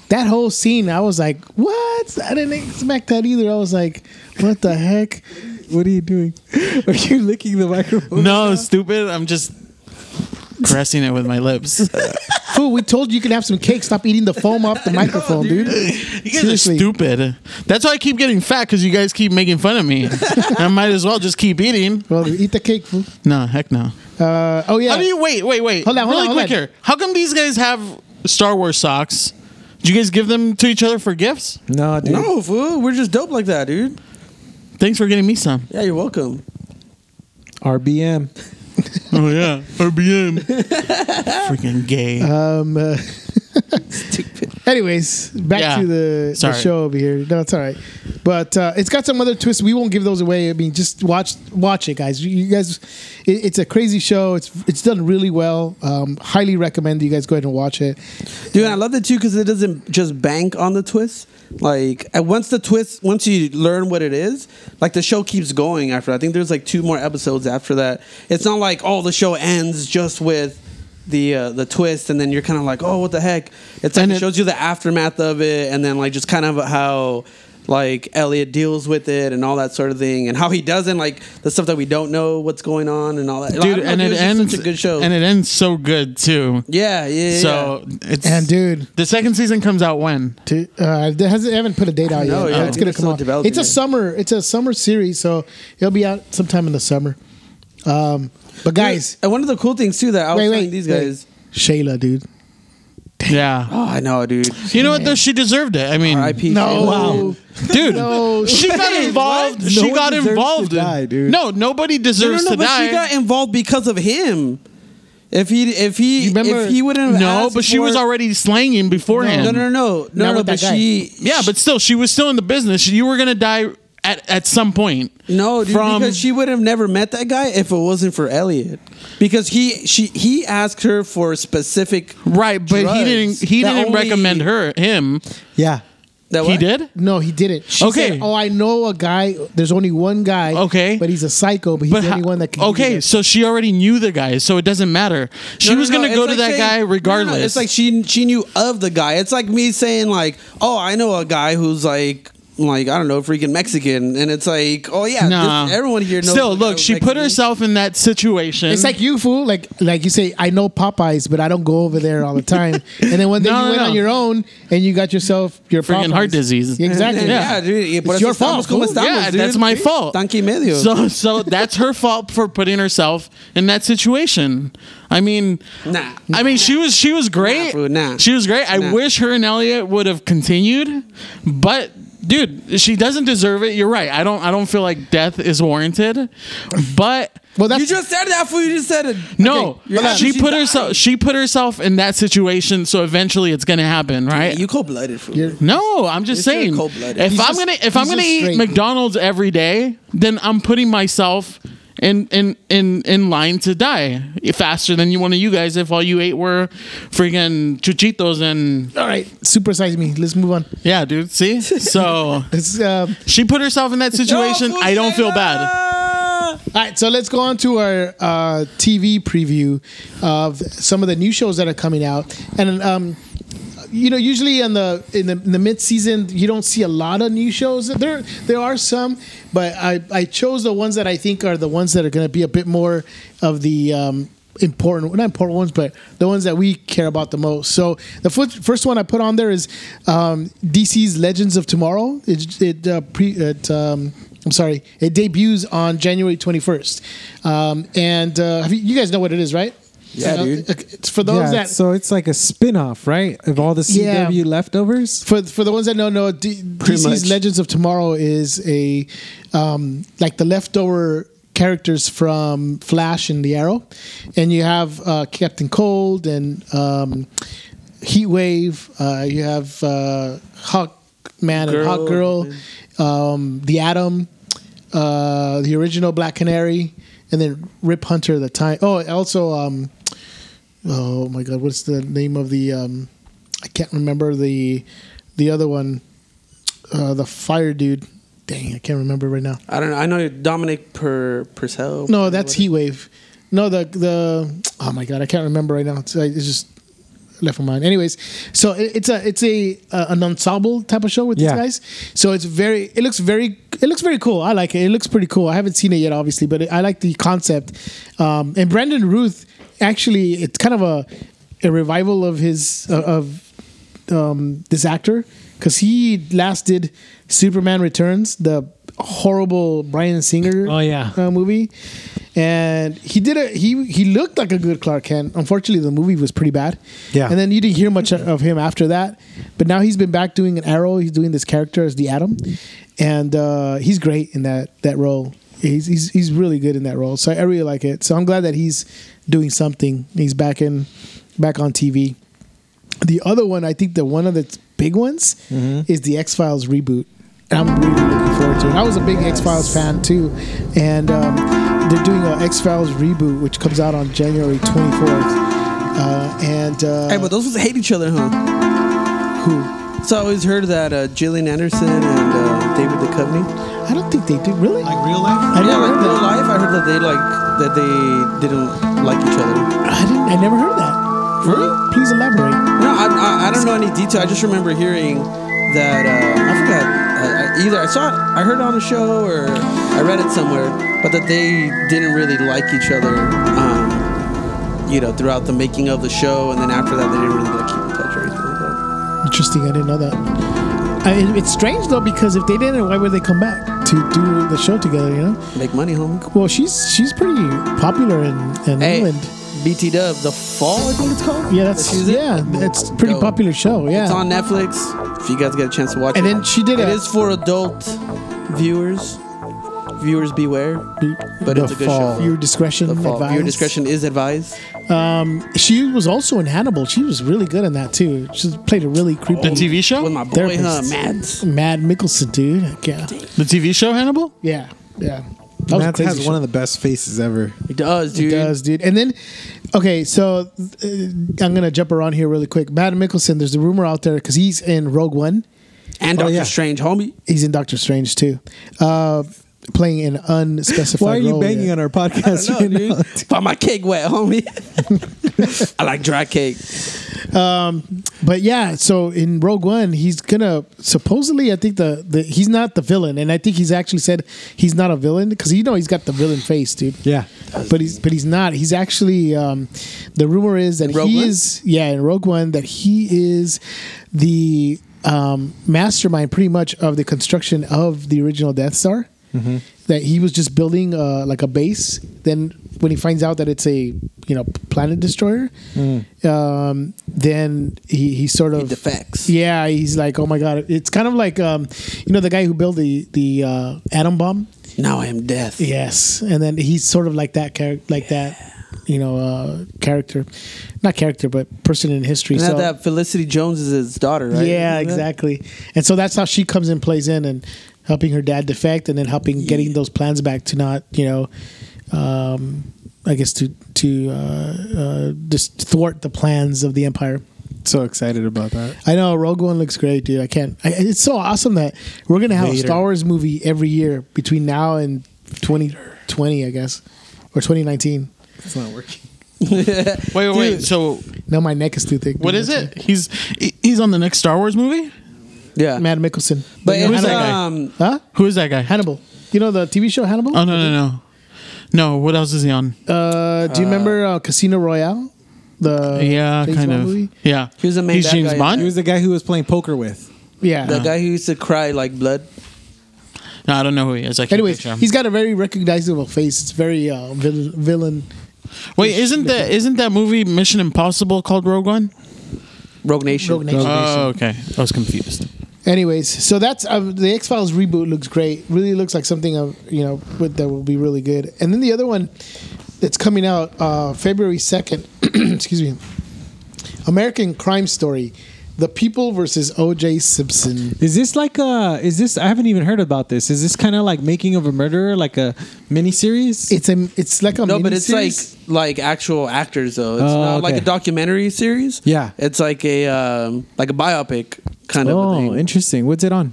that whole scene. I was like, what? I didn't expect that either. I was like, what the heck?
What are you doing? Are you licking the microphone?
No, stupid. I'm just caressing it with my lips.
Fool, we told you you could have some cake. Stop eating the foam off the microphone, dude.
You guys
Seriously.
are stupid. That's why I keep getting fat because you guys keep making fun of me. I might as well just keep eating.
Well, eat the cake, fool.
No, heck no.
Uh, oh yeah.
How do you wait? Wait, wait.
Hold on, hold
really
on, hold
quick
on.
here. How come these guys have Star Wars socks? Did you guys give them to each other for gifts?
no, dude.
no fool we're just dope like that dude
Thanks for getting me some.
yeah you're welcome
RBM.
Oh yeah, RBM. Freaking gay.
Um, uh, anyways, back
Yeah.
to the, the
Sorry.
show over here. No, it's all right. But uh, it's got some other twists. We won't give those away. I mean, just watch watch it, guys. You guys, it, it's a crazy show. It's it's done really well. Um, highly recommend you guys go ahead and watch it.
Dude, I love that too because it doesn't just bank on the twist. Like, and once the twist, once you learn what it is, like the show keeps going after. I think there's like two more episodes after that. It's not like oh the show ends just with the uh, the twist and then you're kind of like oh what the heck. It's like
And
it,
it-
shows you the aftermath of it and then like just kind of how like Elliot deals with it and all that sort of thing and how he doesn't like the stuff that we don't know what's going on and all that. Like, I
Dude,
don't know,
and it
it's just
ends
such a good show.
And it ends so good too.
yeah, yeah, yeah.
So it's
And dude,
the second season comes out when?
to, uh, there hasn't, I haven't put a date out
No,
yet.
yeah,
but it's gonna
they're still
come out.
developing
It's a
it.
summer. It's a summer series, so it'll be out sometime in the summer. Um, but guys,
and one of the cool things too that I was
wait,
telling
wait,
these
wait.
guys.
Shayla, dude.
Yeah.
Oh, I know, dude.
You know what though? She deserved it. I mean,
R.I.P.
No.
Wow.
dude,
No.
she got
Wait,
involved.
what?
she
No one
got
deserves to
involved.
die, dude.
No, nobody
No, no,
deserves
no,
to
but
die.
she got involved because of him. If he, if he,
You remember-
if he wouldn't have
no,
asked
but she
for-
was already slanging beforehand.
No, no, no, no,
Not
no, no
with
but
that guy.
she.
Yeah, but still, she was still in the business. You were gonna die at at some point.
No, dude,
From-
because she would have never met that guy if it wasn't for Elliot. Because he, she, he asked her for specific.
Right, but he
drugs
didn't. He
that
didn't
only-
recommend her him.
Yeah.
That
He
what?
did.
No, he didn't. She
Okay.
said, "Oh, I know a guy. There's only one guy.
Okay.
but he's a psycho. But he's
But
the
ho-
only one that can." do
okay,
that."
so she already knew the guy, so it doesn't matter. She
No, no,
was
no,
gonna
it's
go to
like
that
saying-
guy
no, no, no,
regardless.
It's like she she knew of the guy. It's like me saying like, oh, I know a guy who's like. Like I don't know, freaking Mexican, and it's like, oh yeah,
Nah.
this- everyone here knows.
Still,
a guy
look,
who's
she put
Mexican.
herself in that situation.
It's like you fool, like like you say. I know Popeyes, but I don't go over there all the time. and then one day
No,
you
no,
went
no.
on your own and you got yourself your
Freaking
Popeyes.
heart disease.
Exactly.
Yeah, dude. yeah, por
It's
eso
your fault,
estamos como
fool.
estamos,
yeah,
dude.
that's my fault.
Tanque y medio.
So, so that's her fault for putting herself in that situation. I mean,
Nah.
I mean, she was she was great.
fool, nah.
She was great. I
Nah.
wish her and Elliot would have continued, but dude, she doesn't deserve it. You're right. I don't. I don't feel like death is warranted, but.
Well, that's
you just said that fool. You just said it.
No,
you're happy
she
she
put
died.
herself. She put herself in that situation, so eventually it's gonna happen, right?
You cold blooded fool.
You're-
No, I'm just
You're still
saying.
cold-blooded.
If
He's
I'm
just-
gonna if
he's
I'm gonna
just
eat
straight.
McDonald's every day, then I'm putting myself in in in in line to die faster than you one of you guys if all you ate were freaking chuchitos and
all right. Supersize me. Let's move on.
yeah, dude. See, so
Let's, um,
she put herself in that situation. I don't feel bad.
all right, so let's go on to our uh, TV preview of some of the new shows that are coming out, and um, you know, usually in the in the, in the mid season, you don't see a lot of new shows. There there are some, but I I chose the ones that I think are the ones that are going to be a bit more of the. Um, Important, not important ones, but the ones that we care about the most. So the fir- first one I put on there is um, DC's Legends of Tomorrow. It, it, uh, pre, it um, I'm sorry, it debuts on January 21st, um, and uh, have you, you guys know what it is, right?
Yeah,
Uh,
dude.
It's for those
yeah.
that
so it's like a spin off, right? Of all the
Yeah.
CW leftovers.
for for the ones that don't know, D- DC's
much.
Legends of Tomorrow is a um, like the leftover characters from Flash and the Arrow, and you have uh, Captain Cold and um, Heat Wave. Uh, you have uh, Hawk Man and
Girl.
Hawk Girl, um, the Atom. uh, the original Black Canary, and then Rip Hunter at the time. Oh, and also, um, oh my God, what's the name of the? Um, I can't remember the the other one, uh, the fire dude. Dang, I can't remember right now.
I don't know. I know Dominic per Purcell.
No, that's Heat Wave. No, the the oh my god, I can't remember right now. It's, it's just left my mind. Anyways, so it, it's a it's a uh, an ensemble type of show with
Yeah.
these guys. So it's very it looks very it looks very cool. I like it. It looks pretty cool. I haven't seen it yet, obviously, but I like the concept. Um, and Brandon Ruth actually, it's kind of a a revival of his uh, of um, this actor because he last did Superman Returns, the horrible Brian Singer
Oh, yeah.
uh, movie, and he did a he he looked like a good Clark Kent. Unfortunately, the movie was pretty bad.
Yeah.
and then you didn't hear much of him after that. But now he's been back doing an Arrow. He's doing this character as the Atom, and uh, he's great in that that role. He's, he's he's really good in that role. So I really like it. So I'm glad that he's doing something. He's back in back on TV. The other one, I think the one of the big ones
Mm-hmm.
is the X Files reboot. And I'm really looking forward to it. I was a big X Files fan too, and um, they're doing a X Files reboot, which comes out on January 24th. Uh, and uh,
Hey, but those hate each other, huh?
who?
So I always heard that uh, Gillian Anderson and uh, David Duchovny.
I don't think they did really.
Like real life?
I
Yeah,
never
like
heard
in real
that.
life, I heard that they like that they didn't like each other.
I didn't. I never heard that.
Really?
Please elaborate.
No, I, I, I don't know any detail. I just remember hearing that uh, I forgot. I, I, either I saw it, I heard it on a show, or I read it somewhere, but that they didn't really like each other. Um, you know, throughout the making of the show, and then after that, they didn't really like keep in touch or anything like that.
Interesting. I didn't know that. I, it- it's strange though because if they didn't, why would they come back to do the show together? You know.
Make money, homie.
Well, she's she's pretty popular in, in
Hey,
England.
BT Dub, The Fall, I think it's called.
Yeah, that's
She's in it?
yeah, it's a pretty
Dope.
popular show. Yeah,
It's on Netflix. If you guys get a chance to watch
Oh. And
it,
then she did
It
a-
is for adult viewers. Viewers beware. But it's a good show.
Viewer discretion
The Fall. Viewer
advised.
discretion is advised.
Um, she was also in Hannibal. She was really good in that too. She played a really creepy
The TV show?
With my boy,
Therapist.
huh, Mads.
Mad Mickelson dude. Yeah,
The TV show Hannibal?
yeah, yeah. That was a
Matt
crazy
has
show.
one of the best faces ever.
He does, dude.
It does, dude. And then, okay, so uh, I'm gonna jump around here really quick. Matt Mickelson, there's a rumor out there because he's in Rogue One.
And
Oh,
Doctor
yeah.
Strange, homie.
He's in Doctor Strange too, uh, playing an unspecified.
Why are you
role
banging
here.
on our podcast
No,
right
dude.
now?
Got my cake wet, homie. I like dry cake.
Oh. Um, But yeah, so in Rogue One, he's gonna supposedly. I think the, the he's not the villain, and I think he's actually said he's not a villain because you know he's got the villain face, dude.
Yeah.
but he's but he's not. He's actually. Um, the rumor is that
In Rogue
he
One?
is yeah in Rogue One that he is the um, mastermind pretty much of the construction of the original Death Star.
Mm-hmm.
That he was just building uh, like a base. Then when he finds out that it's a you know planet destroyer, um, then he, he sort of
Mm. He defects.
yeah, he's like, oh my god, it's kind of like, um, you know, the guy who built the the uh, atom bomb.
Now I am death.
Yes, and then he's sort of like that character, like that, you know, uh, character, not character, but person in history.
And
so
that Felicity Jones is his daughter, right?
yeah,
Isn't that?
exactly. And so that's how she comes in, plays in, and helping her dad defect, and then helping getting those plans back to not, you know, um, I guess to to uh, uh, just thwart the plans of the empire.
So excited about that.
I know Rogue One looks great, dude. I can't. I, it's so awesome that we're gonna have a
Vader.
Star Wars movie every year between now and 2020, I guess, or 2019.
It's not working.
Wait, wait, wait. So
Now my neck is too thick.
what
dude.
is it? He's he- he's on the next Star Wars movie?
Yeah.
Matt Mickelson.
But it was,
that guy?
um,
huh?
Who is that guy?
Hannibal. You know the TV show Hannibal?
Oh no, no, no. No, what else is he on?
Uh, do you remember uh, Casino Royale? The
yeah,
James
kind
Bond
of.
movie?
Yeah.
He was the main
He's
bad
James
guy.
Bond?
He was the guy who was playing poker with.
Yeah.
the guy who used to cry like blood.
no, I don't know who he is. I can't
Anyways,
picture him.
he's got a very recognizable face. It's very uh, vil- villain.
Wait, isn't that isn't that movie Mission Impossible called Rogue One?
Rogue Nation.
Rogue Nation.
Oh, okay. I was confused.
Anyways, so that's um, the X Files reboot looks great. Really looks like something of you know with, that will be really good. And then the other one that's coming out uh, February second. excuse me. American Crime Story. The People versus O.J. Simpson.
Is this like a? Is this? I haven't even heard about this. Is this kind of like Making of a Murderer, like a miniseries?
It's a it's like a
No, but it's like
miniseries.
like actual actors though. It's
Oh,
not like
okay.
a documentary series.
Yeah.
it's like a um, like a biopic kind of a
oh,
thing
interesting. What's it on?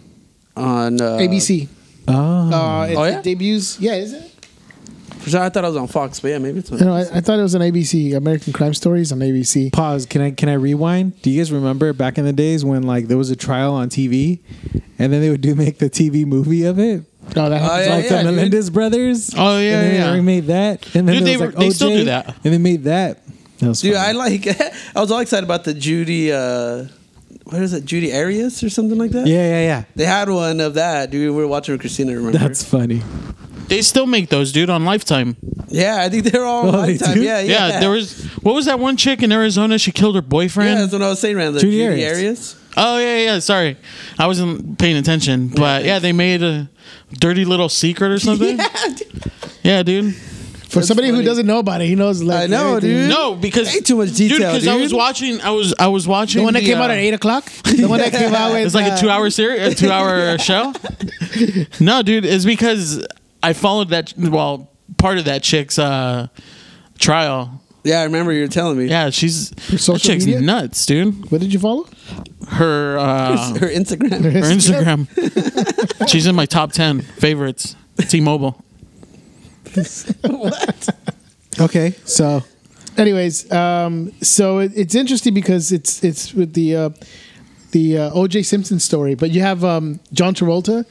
on uh,
ABC.
Oh,
Uh, it,
Oh,
it
yeah?
debuts. Yeah, is it?
For sure, I thought it was on Fox, but yeah, maybe it's. On
No, I, I thought it was on ABC. American Crime Stories on ABC.
pause. Can I can I rewind? Do you guys remember back in the days when like there was a trial on TV, and then they would do make the TV movie of it,
No, that
Oh,
happens.
yeah,
like
yeah,
the
dude.
Melendez brothers?
Oh, yeah,
and then
yeah.
They remade that, and then
Dude,
there
they
was,
were-
like,
they still
OJ,
do that.
and they made that. That was
Dude,
funny.
I like. I was all excited about the Judy. Uh, what is it, Judy Arias or something like that?
yeah, yeah, yeah.
they had one of that. Dude, we were watching with Christina. Remember?
That's funny.
They still make those, dude, on Lifetime.
yeah, I think they're all
Oh,
on
they
lifetime.
do?
Yeah, Uh, yeah,
Yeah, there was. What was that one chick in Arizona? She killed her
Yeah,
boyfriend.
that's what I was saying, man. The
Judy
Judy, Arias.
Arias.
Oh yeah, yeah. Sorry, I wasn't paying attention. But yeah, they made a dirty little secret or something. yeah.
Yeah, dude.
dude.
For somebody who
funny.
doesn't know about it, he knows. Like,
I know,
everything.
dude.
No, because
Way too much
dude.
detail,
I
dude.
was watching. I was. I was watching
The one that came
uh,
out at eight o'clock. The one that came out with.
It's like
uh,
a two-hour series, a two-hour show. No, dude, it's because I followed that. Well, part of that chick's uh, trial.
Yeah, I remember you were telling me.
Yeah, she's that
social
chick's
media?
nuts, dude.
What did you follow?
Her uh,
Her Instagram.
her Instagram. she's in my top ten favorites. T-Mobile.
Okay,
So, anyways, um, so it, it's interesting because it's it's with the uh, the uh, O.J. Simpson story, but you have um, John Travolta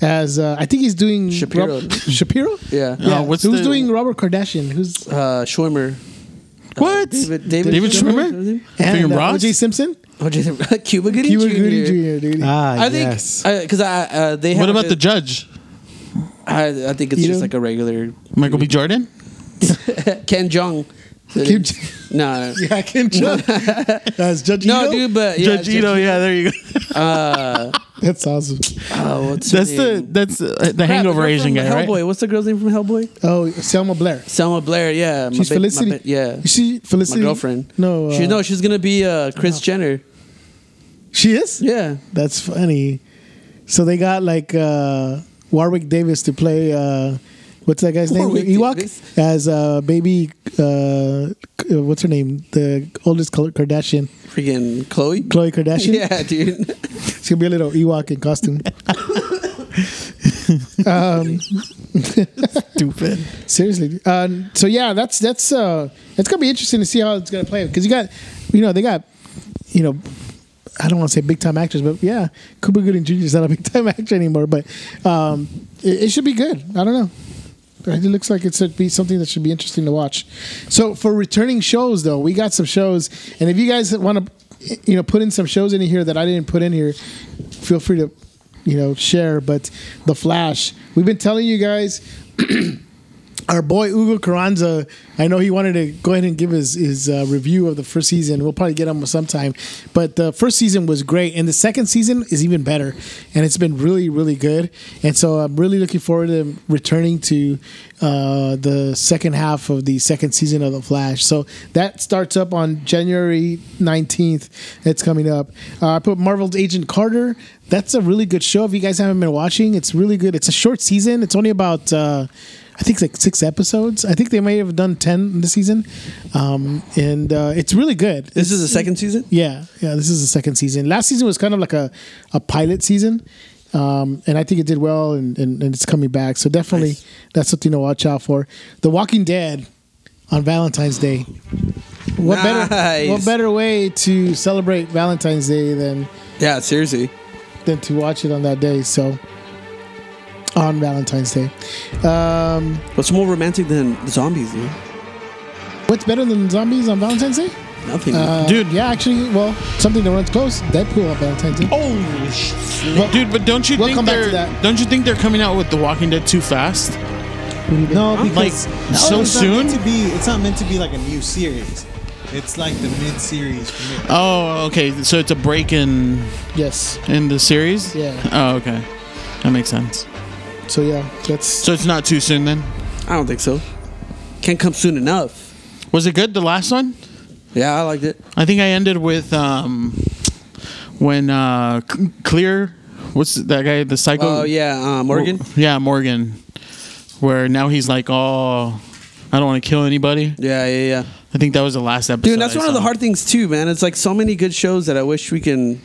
as uh, I think he's doing
Shapiro.
Shapiro.
Yeah.
Yeah.
Uh, what's
Who's
the-
doing Robert Kardashian? Who's
Uh, Schwimmer.
What?
David, David,
David Schwimmer? Fucking
and, uh,
Ross?
O.J. Simpson?
Oh, David- Cuba Gooding
Cuba
Jr.
Gooding Jr. Dude.
ah,
I think
yes.
because I uh, they.
What
have
about
a-
the judge?
I, I think it's
You
just
know?
like a regular
Michael B. Jordan?
Ken Jong.
Kim Jong-
No, no.
yeah, Kim Jong. That's Judge
no,
Ito?
dude, but yeah,
judge Ito, yeah, there you go.
That's awesome.
Oh, what's her
That's the
name?
that's uh, the
Crap, the
hangover
girl
Asian guy,
from Hellboy.
right?
What's the girl's name from Hellboy?
Oh, Selma Blair.
Selma Blair. Yeah, my
She's
ba- my
Felicity.
ba- yeah,
She
my
Felicity.
girlfriend.
No,
she,
uh,
no, she's gonna be uh, Chris Jenner.
She is.
Yeah,
That's funny. So they got like uh, Warwick Davis to play uh, what's that guy's
Warwick
name? Ewok
Davis?
as uh, baby. Uh, c- uh, what's her name? The oldest Kar- Kardashian,
freaking Chloe.
Chloe Kardashian.
Yeah, dude.
It's gonna be a little Ewok in costume. um, Stupid. Seriously. Uh, so yeah, that's that's uh, it's gonna be interesting to see how it's gonna play because you got, you know, they got, you know, I don't want to say big time actors, but yeah, Cuba Gooding Jr. is not a big time actor anymore, but um, it, it should be good. I don't know. It looks like it should be something that should be interesting to watch. So for returning shows, though, we got some shows, and if you guys want to, you know, put in some shows in here that I didn't put in here, feel free to, you know, share. But the Flash, we've been telling you guys. Our boy Hugo Carranza, I know he wanted to go ahead and give his his uh, review of the first season. We'll probably get him sometime, but the first season was great, and the second season is even better, and it's been really really good. And so I'm really looking forward to returning to uh, the second half of the second season of The Flash. So that starts up on January 19th. It's coming up. Uh, I put Marvel's Agent Carter. That's a really good show. If you guys haven't been watching, it's really good. It's a short season. It's only about. Uh, I think it's like six episodes. I think they may have done ten this season, um, and uh, it's really good.
This is the second season.
Yeah, yeah. This is the second season. Last season was kind of like a, a pilot season, um, and I think it did well, and, and, and it's coming back. So definitely, that's something to watch out for. The Walking Dead on Valentine's Day. What better?
Nice.
What better way to celebrate Valentine's Day than
Yeah, seriously.
than to watch it on that day? So on Valentine's Day. Um,
What's more romantic than zombies, dude?
what's better than zombies on Valentine's Day?
Nothing.
Uh,
Dude.
yeah, actually, well, something that runs close. Deadpool on Valentine's Day.
Oh, sh-
Well-
dude! But don't you
We'll
think
come back to
they're
that.
don't you think they're coming out with The Walking Dead too fast?
Oh, no,
Like,
because
so
Oh, it's Not meant
soon?
to be, it's not meant to be like a new series. It's like the mid-series premiere.
Oh, okay. So it's a break in
Yes.
in the series.
Yeah.
Oh, okay. That makes sense.
So yeah, that's
So it's not too soon then.
I don't think so. Can't come soon enough.
Was it good the last one?
Yeah, I liked it.
I think I ended with um, when uh, C- Clear, what's that guy, the psycho?
Oh yeah, uh, Morgan.
Yeah, Morgan. Where now he's like, oh, I don't want to kill anybody.
Yeah, yeah, yeah.
I think that was the last episode.
Dude, that's
I
one of the
saw.
hard things too, man. It's like so many good shows that I wish we can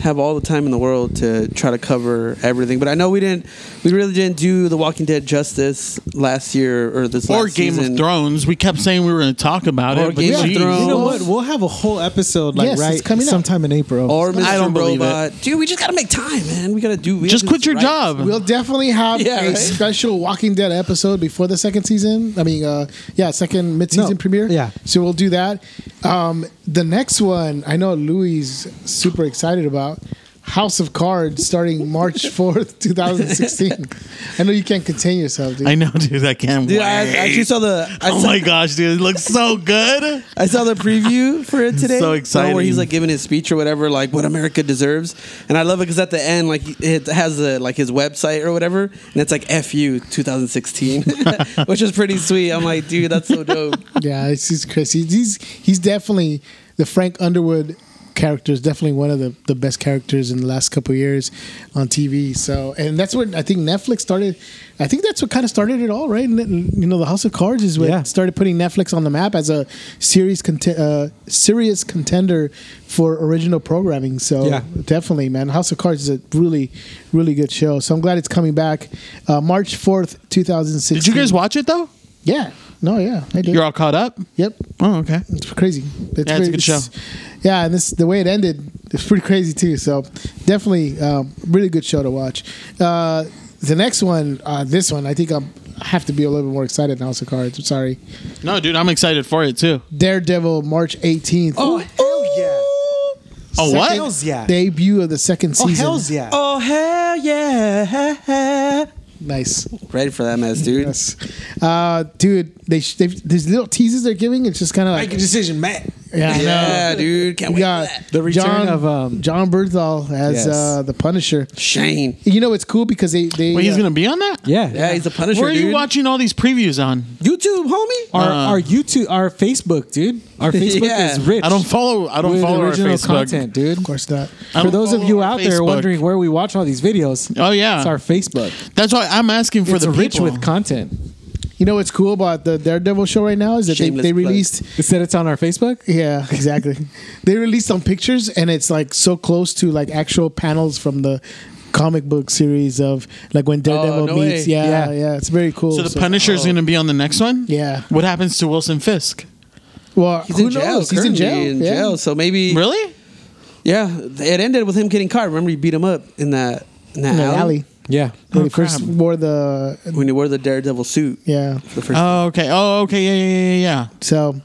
have all the time in the world to try to cover everything. But I know we didn't, we really didn't do The Walking Dead justice last year or this
Or
last
Game
season.
of Thrones. We kept saying we were going to talk about
Or
it. But
Game of
geez.
Thrones.
You know what? We'll have a whole episode like
Yes, it's
right
coming up.
sometime in April.
Or Mr.
I don't believe
Robot. Dude, we just gotta make time, man. We gotta do. We
Just
gotta do
quit your
this right.
job.
We'll definitely have
Yeah,
a
right?
special Walking Dead episode before the second season. I mean, uh, yeah, second mid-season
No,
premiere.
yeah.
So we'll do that. Um, the next one, I know Louis is super excited about. House of Cards starting March 4th, 2016. I know you can't contain yourself, dude.
I know, dude. I can't
Dude,
wait.
I, I actually saw the. I
oh
saw,
my gosh, dude! It looks so good.
I saw the preview for it today.
so
Where
exciting.
he's like giving his speech or whatever, like what America deserves, and I love it because at the end, like it has the like his website or whatever, and it's like "fu 2016," which is pretty sweet. I'm like, dude, that's so dope.
Yeah, it's, it's Chris. He's, he's he's definitely the Frank Underwood character is definitely one of the, the best characters in the last couple of years on TV. So, and that's what I think Netflix started. I think that's what kind of started it all, right? And, then, you know, the House of Cards is what
Yeah.
started putting Netflix on the map as a series conte- uh, serious contender for original programming. So,
Yeah.
definitely, man, House of Cards is a really, really good show. So I'm glad it's coming back, uh, March fourth, two thousand sixteen.
Did you guys watch it though?
Yeah. No, yeah, I did.
You're all caught up.
yep.
Oh, okay.
It's crazy. It's
Yeah, it's a good show.
Yeah, and this the way it ended. It's pretty crazy too. So definitely, um, really good show to watch. Uh, the next one, uh, this one, I think I'm, I have to be a little bit more excited than House of Cards. I'm sorry,
No, dude, I'm excited for it too.
Daredevil, March 18th.
hell yeah!
Oh, what?
Second
Oh, Hells yeah.
Debut of the second
Oh
season.
hell's yeah!
Oh hell yeah!
Nice.
Ready for that mess, dude.
Yes, uh, dude. They sh- they've- these little teases they're giving. It's just kind of like
decision, Matt.
yeah, I know.
Yeah, dude. Can't
We
wait
got
for that.
The return
John,
of, um,
John Bernthal as
Yes.
uh, the Punisher.
Shane.
You know it's cool because they they
Wait, he's
uh,
gonna be on that?
Yeah,
Yeah, he's a Punisher,
Where are you
dude.
watching all these previews on?
YouTube, homie.
Our,
Uh.
our YouTube, our Facebook, dude. Our Facebook
Yeah.
is rich.
I don't follow. I don't
with
follow our
original
Facebook.
content, dude.
Of course not.
I
For
don't
those of
follow
you
our
out there
Facebook.
wondering where we watch all these videos,
Oh yeah,
it's our Facebook.
that's why I'm asking for
it's
the
rich
people.
with content.
You know what's cool about the Daredevil show right now is that they,
Shameless
they
plug.
released.
Instead, it's on our Facebook.
Yeah, exactly. they released some pictures, and it's like so close to like actual panels from the comic book series of like
Oh,
when Daredevil
no
meets.
way.
Yeah, yeah,
Yeah.
It's very cool.
so the Punisher's gonna be on the next one.
Yeah.
What happens to Wilson Fisk?
Oh. Well,
He's
who
in jail.
knows? He's in
currently
jail.
In
yeah.
jail. So maybe.
Really?
Yeah, it ended with him getting caught. Remember, you beat him up in that in that,
In the
alley,
alley.
Yeah.
When
Oh,
he first
crap.
wore the
when he wore the daredevil suit.
yeah. Uh,
The first
Oh okay. Oh okay. Yeah yeah yeah yeah.
So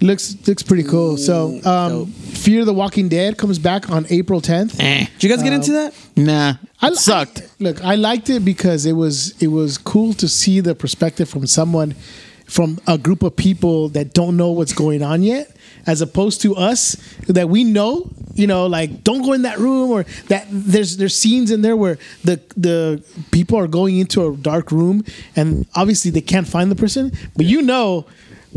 looks looks pretty cool. So um,
Mm, dope.
Fear the Walking Dead comes back on April 10th.
Eh,
Did you guys get into
um,
that?
nah.
I-
it sucked.
I- look, I liked it because it was it was cool to see the perspective from someone from a group of people that don't know what's going on yet, as opposed to us that we know. You know, like don't go in that room or that. There's there's scenes in there where the the people are going into a dark room and obviously they can't find the person, but you know.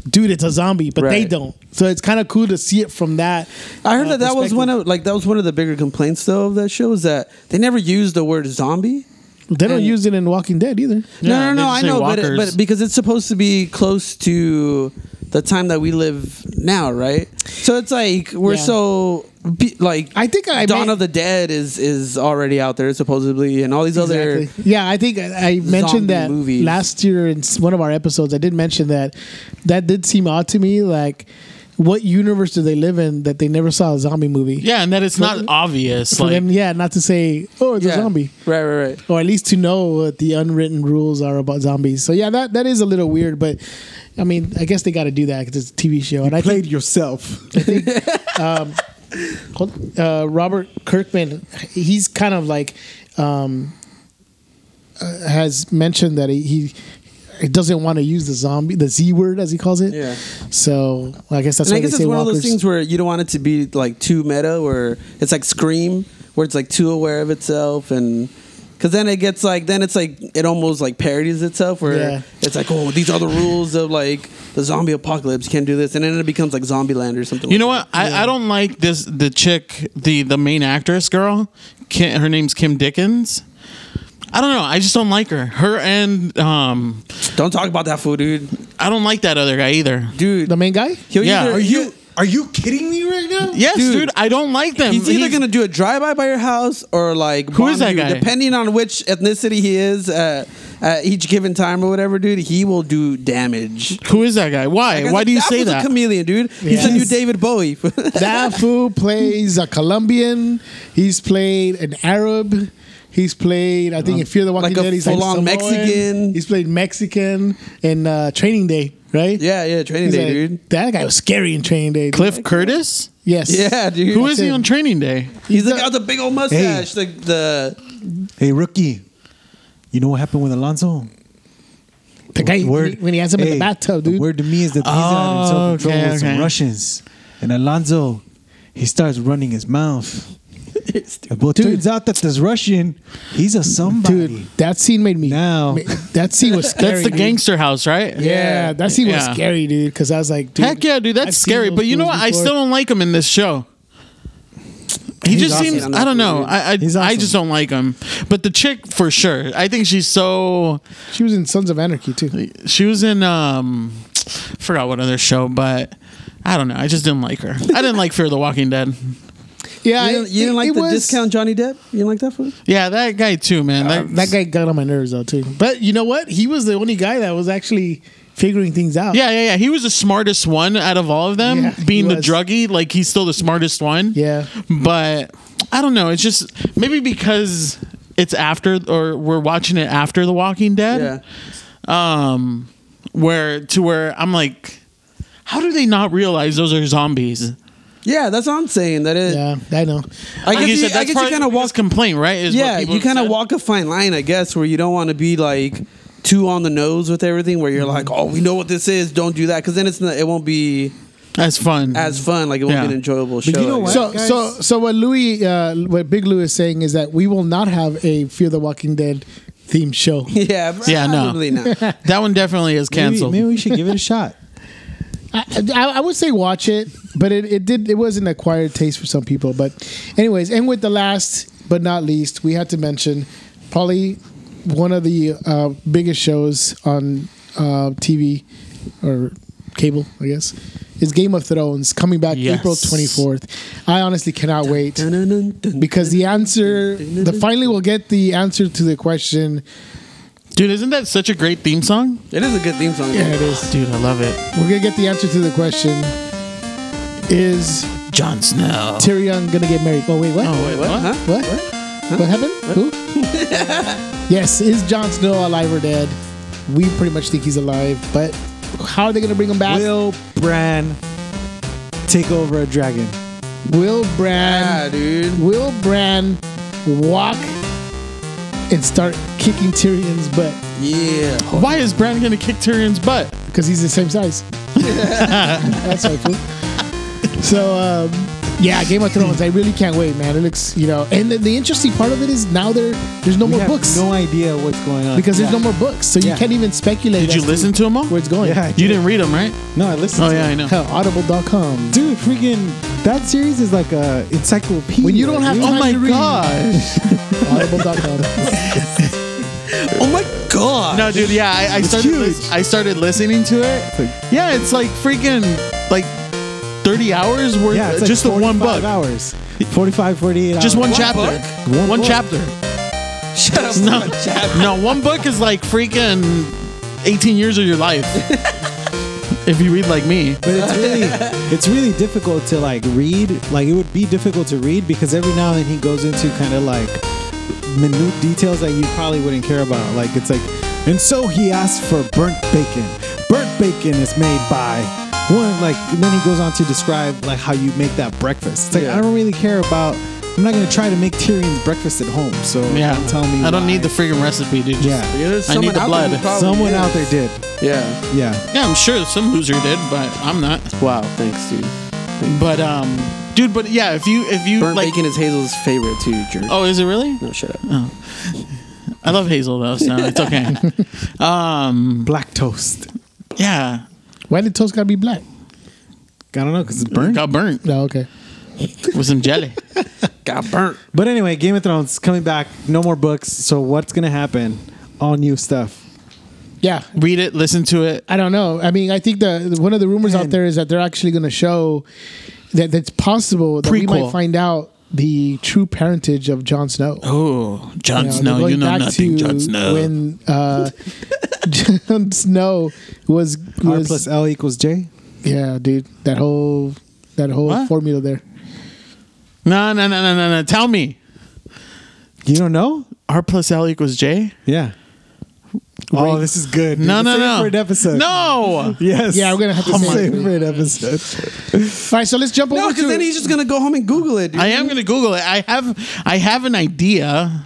Dude, it's a zombie, but they
Right.
don't. So it's kind of cool to see it from that.
I heard
uh,
that that was
perspective.
one of like that was one of the bigger complaints though of that show is that they never used the word zombie.
They don't
and-
use it in Walking Dead either.
Yeah,
no, no, no.
they
I
just say
know, but, it,
walkers.
but because it's supposed to be close to the time that we live now, right? So it's like we're
Yeah.
so be- like
I think I
Dawn
may-
of the Dead is is already out there supposedly, and all these other
Exactly. yeah i think i I mentioned
zombie
that
movies.
last year in s- one of our episodes i did mention that that did seem odd to me like what universe do they live in that they never saw a zombie movie
Yeah, and that it's not obvious.
for
Like
them yeah not to say oh it's
Yeah.
a zombie
right, right, right.
or at least to know what the unwritten rules are about zombies so yeah that that is a little weird but i mean i guess they got to do that because it's a tv show and i think um,
Played yourself.
Hold- uh, Robert Kirkman, he's kind of like um, uh, has mentioned that he, he he doesn't want to use the zombie, the Z word as he calls it.
Yeah.
So I guess that's
And
why
I guess
they
it's
say
one of
walkers.
those things where you don't want it to be like too meta, where it's like Scream, where it's like too aware of itself and Because then it gets like then it's like it almost like parodies itself where
Yeah.
it's like oh these are the rules of like the zombie apocalypse you can't do this and then it becomes like Zombieland or something.
You
like
know what? I, I don't like this. The chick, the the main actress girl. Kim, her name's Kim Dickens. I don't know. I just don't like her. Her and um,
that. Don't talk about that fool, dude.
I don't like that other guy either.
Dude,
The main guy?
he'll
Yeah.
either-
Are
he'll-
Are you kidding me right now?
Yes, dude.
Dude.
I don't like them.
He's either gonna do a drive-by by your house or like
Um, Who is
bomb
that
you.
guy?
Depending on which ethnicity he is uh, at each given time or whatever, dude, he will do damage.
Who is that guy? Why? Why do you
That
say
was
that?
A chameleon, dude. He's
Yes.
the new David Bowie.
That fool plays a Colombian. He's played an Arab. He's played, I think, if you're the Walking
like a
Dead, he's
full-on
like Samoan.
Mexican.
He's played Mexican in uh, Training Day, right?
yeah, yeah, training
He's
day,
like,
dude.
That guy was scary in Training Day. dude.
Cliff Curtis.
Yes.
Yeah, dude.
Who is he
him.
on Training Day?
He's the guy with the big old mustache. Like The,
Hey, rookie. You know what happened with Alonso?
The guy when he has him in the
hey,
bathtub, dude.
The word to me is that he's
Oh,
had himself in trouble
okay,
with
okay.
some Russians. And Alonso, he starts running his mouth. But turns out that this Russian, he's a somebody.
Dude, that scene made me.
Now-
ma- that scene was scary.
That's the
dude.
gangster house, right?
Yeah, that scene was
Yeah.
scary, dude. Because I was like, dude,
Heck yeah, dude. That's
I've seen
scary.
those
But you know
fools
what? I
before.
still don't like him in this show. He
He's
just
awesome.
seems.
I'm
I
not
don't know.
really-
I I,
He's
I
awesome.
just don't like him. But the chick for sure. I think she's so.
She was in Sons of Anarchy too.
She was in um, forgot what other show, but I don't know. I just didn't like her. I didn't like Fear the Walking Dead.
Yeah,
you didn't, you didn't
it-
like
it
the
was-
discount Johnny Depp? You didn't like that fool?
Yeah, that guy too, man.
uh, that guy got on my nerves though too. But you know what? He was the only guy that was actually figuring things out.
Yeah, yeah, yeah. He was the smartest one out of all of them.
Yeah, he
being the
was.
druggie, like he's still the smartest one.
Yeah.
But I don't know. It's just maybe because it's after or we're watching it after The Walking Dead. Um where to where I'm like, how do they not realize those are zombies?
Yeah, that's what I'm saying. That it.
yeah, I know.
I
Like
guess you,
said,
I
that's
guess
part
you kind of
biggest
walk
complaint, right? is what
yeah,
people
you
have
kind of
said.
walk a fine line, I guess, where you don't want to be like too on the nose with everything. Where you're
Mm-hmm.
like, oh, we know what this is, don't do that, because then it's not, it won't be
That's fun.
as fun. Like it won't
Mm-hmm. Yeah.
be an enjoyable show.
you know
I
what?
guess.
So,
guys?
so, so what Louis, uh, what Big Lou is saying is that we will not have a Fear the Walking Dead themed show.
yeah,
Yeah, no.
probably not.
that one definitely is
maybe,
canceled.
maybe we should give it a shot.
I, I, I would say watch it, but it, it did it was an acquired taste for some people. But, anyways, and with the last but not least, we had to mention probably one of the uh, biggest shows on uh, TV or cable, I guess, is Game of Thrones coming back
Yes.
April twenty fourth. I honestly cannot wait
Dun, dun, dun, dun.
because the answer, the finally we'll get the answer to the question.
Dude, isn't that such a great theme song?
it is a good theme song.
Yeah, it is.
Dude, I love it.
We're gonna get the answer to the question. Is
Jon Snow.
Tyrion gonna get married? Oh wait, what?
Oh wait, what?
Huh?
What? What happened? Who? yes, is Jon Snow alive or dead? We pretty much think he's alive, but how are they going to bring him back? Will,
Will Bran take over a dragon?
Yeah,
Bran?
dude.
Will Bran walk and start kicking Tyrion's butt
Yeah.
Why is Bran gonna kick Tyrion's butt?
because he's the same size? That's right. fool. So. Um, yeah, Game of Thrones. I really can't wait, man. It looks, you know, and the, the interesting part of it is now there, there's no
We
more
have
books
no idea what's going on.
because there's
Yeah.
no more books, so you
Yeah.
can't even speculate.
Did you
as
listen to them all?
where it's going?
Yeah.
You didn't read them, right?
no. I listened.
Oh
to
yeah,
it.
I know.
Hell, audible.com.
dude. Freaking that series is like a encyclopedia.
When you don't have
dude.
time
Oh my
to read.
gosh.
Audible.com.
Oh my god.
No, dude. Yeah, I, I
It's
started.
huge.
lis- I started listening to it.
It's like-
Yeah, it's like freaking like thirty hours worth.
yeah, it's like
just the one
45
book.
hours. 45, 48 hours.
Just one,
One
chapter.
book?
One,
One book.
chapter.
Shut up.
No,
Jack.
no. One book is like freaking eighteen years of your life. if you read like me.
but it's really it's really difficult to like read like it would be difficult to read because every now and then he goes into kind of like minute details that you probably wouldn't care about like it's like and so he asked for burnt bacon burnt bacon is made by one like and then he goes on to describe like how you make that breakfast it's like
Yeah.
i don't really care about i'm not going to try to make tyrion's breakfast at home so
Yeah.
don't tell me
I don't
why.
need the freaking recipe, dude. Just-
Yeah.
Yeah, there's
I
someone
need the
out
blood.
there who probably
someone
is.
out there did
Yeah.
yeah
Yeah, I'm sure some loser did, but I'm not.
Wow. Thanks, dude.
But um, dude. But yeah, if you if you
Burnt
like.
bacon is Hazel's favorite too, jerk.
Oh, is it really?
No, shut up.
I love Hazel though, so it's okay. um,
Black toast.
yeah,
Why did toast gotta be black?
I don't know because it's burnt.
got burnt
No, okay.
with some jelly.
Got burnt.
But anyway, Game of Thrones coming back. No more books. So what's gonna happen? All new stuff.
Yeah,
Read it, listen to it.
I don't know. I mean, I think the one of the rumors out
Man.
there is that they're actually going to show that that's possible that we might
Prequel.
find out the true parentage of Jon Snow.
Oh, Jon
You know,
Snow,
going
you know
back
nothing,
to
Jon Snow.
When uh, Jon Snow was
R
was
plus L equals J.
yeah, dude, that whole that whole
What?
formula there.
no, no, no, no, no, no. Tell me,
You don't know?
R plus L equals J?
Yeah. Oh, this is good. dude.
No, no,
Save it
no.
For an episode.
No.
Yes.
Yeah, we're gonna have to
Save
save
it
it.
for an episode.
All right, so let's jump
No,
over to
because then he's just gonna go home and Google it. Dude.
I am gonna Google it. I have I have an idea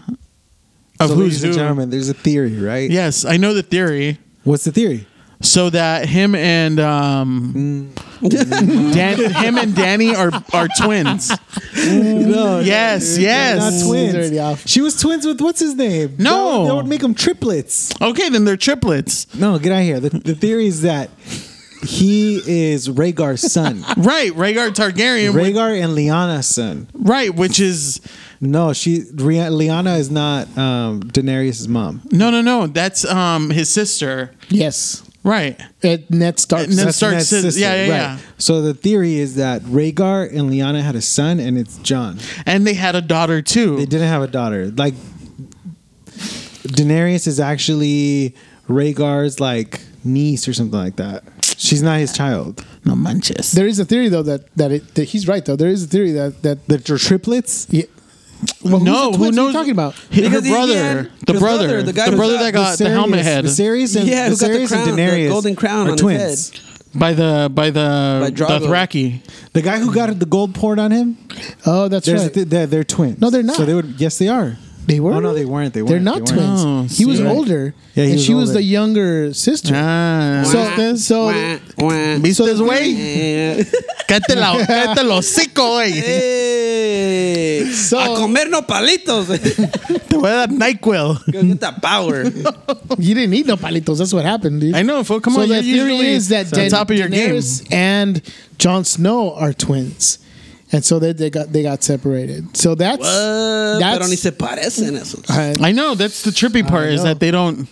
of
so,
who's
ladies
who.
and gentlemen, there's a theory, right?
Yes, I know the theory.
What's the theory?
So that him and um,
Mm.
Dan, him and Danny are are twins.
No,
Yes,
they're
yes.
Not twins.
Already off.
She was twins with what's his name?
No.
That would, that would make them triplets.
Okay, then they're triplets.
No, get out of here. The, the theory is that he is Rhaegar's son.
Right, Rhaegar Targaryen.
Rhaegar and Lyanna's son.
right, which is
No, she Rhi- Lyanna is not um, Daenerys' mom.
no, no, no. That's um his sister.
yes,
Right.
at Ned Stark.
Ned-
That's
Stark's
Ned's
sis- yeah, yeah, yeah.
So the theory is that Rhaegar and Lyanna had a son, and it's John.
And they had a daughter too.
They didn't have a daughter. Like Daenerys is actually Rhaegar's like niece or something like that. She's not his child.
No manches.
There is a theory though that that, it, that he's right though. There is a theory that that
The tr- triplets.
yeah, well, who's
no,
the
who
twins
knows?
you talking about?
Hi- Her
Because he
brother,
had-
the brother,
his brother,
the,
the guy who
brother
got-
that got Uh, the
Viserys-
helmet head
Viserys and
Yeah, who got the
Viserys
crown,
and
the
Daenerys,
golden crown
are
on his
twins.
head.
by the by the
By Drago.
Dothraki.
The guy who got the gold poured on him.
Oh, that's
There's
right.
th- they're, they're twins.
No, they're not.
So they would. Yes, they are.
They were.
Oh no, they weren't. They weren't.
They're not
They weren't.
twins.
Oh,
he was
see.
older,
Yeah, he
and
was
she was
older.
the younger sister.
Ah,
So,
Wah,
so
wah, wah.
so
Vistes,
the-
güey.
Eh,
Cállate la cállate el hocico, güey.
eh.
So-
a comer no palitos.
Te voy a dar NyQuil.
Go get that power.
you didn't need no palitos. That's what happened, dude.
I know, fool. Come
so
on,
the
you're
theory
usually
is that
on
Dan-
top of your game.
Daenerys and Jon Snow are twins, and so they, they got they got separated. So that's
Uh,
That's-
pero ni se parecen esos.
uh,
I know that's the trippy part is
know.
that they don't.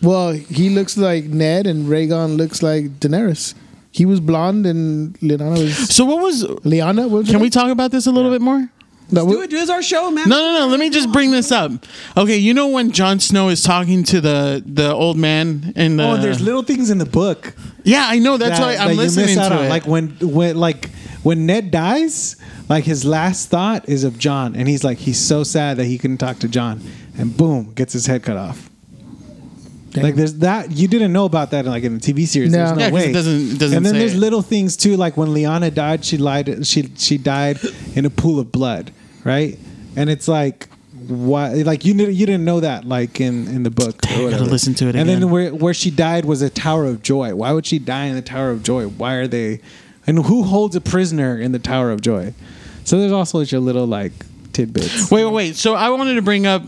well, he looks like Ned, and Rhaegon looks like Daenerys. He was blonde, and Lyanna was
So what was?
Lyanna. What was
Can
her
we
name?
talk about this a little bit more?
No,
Do it. Do it's our show, man.
No, no, no. Let me just bring this up. Okay, you know when Jon Snow is talking to the the old man in the
Oh, there's little things in the book.
yeah, I know. That's
that-
why
that
I'm
you miss
listening
out
to
on.
it.
Like when when like when Ned dies, like his last thought is of John, and he's like he's so sad that he couldn't talk to John, and boom, gets his head cut off.
Dang.
Like there's that you didn't know about that in like in the TV series.
No.
There's no
Yeah, 'cause
way.
it doesn't- it doesn't
and then
say
there's
it.
little things too, like when Liana died, she lied. She she died in a pool of blood, right? And it's like why like you knew, you didn't know that like in in the book. or
I gotta
whatever.
listen to it
And
again.
then where where she died was a Tower of Joy. Why would she die in the Tower of Joy? Why are they? And who holds a prisoner in the Tower of Joy? So there's also your little like tidbits.
Wait, wait, wait. So I wanted to bring up.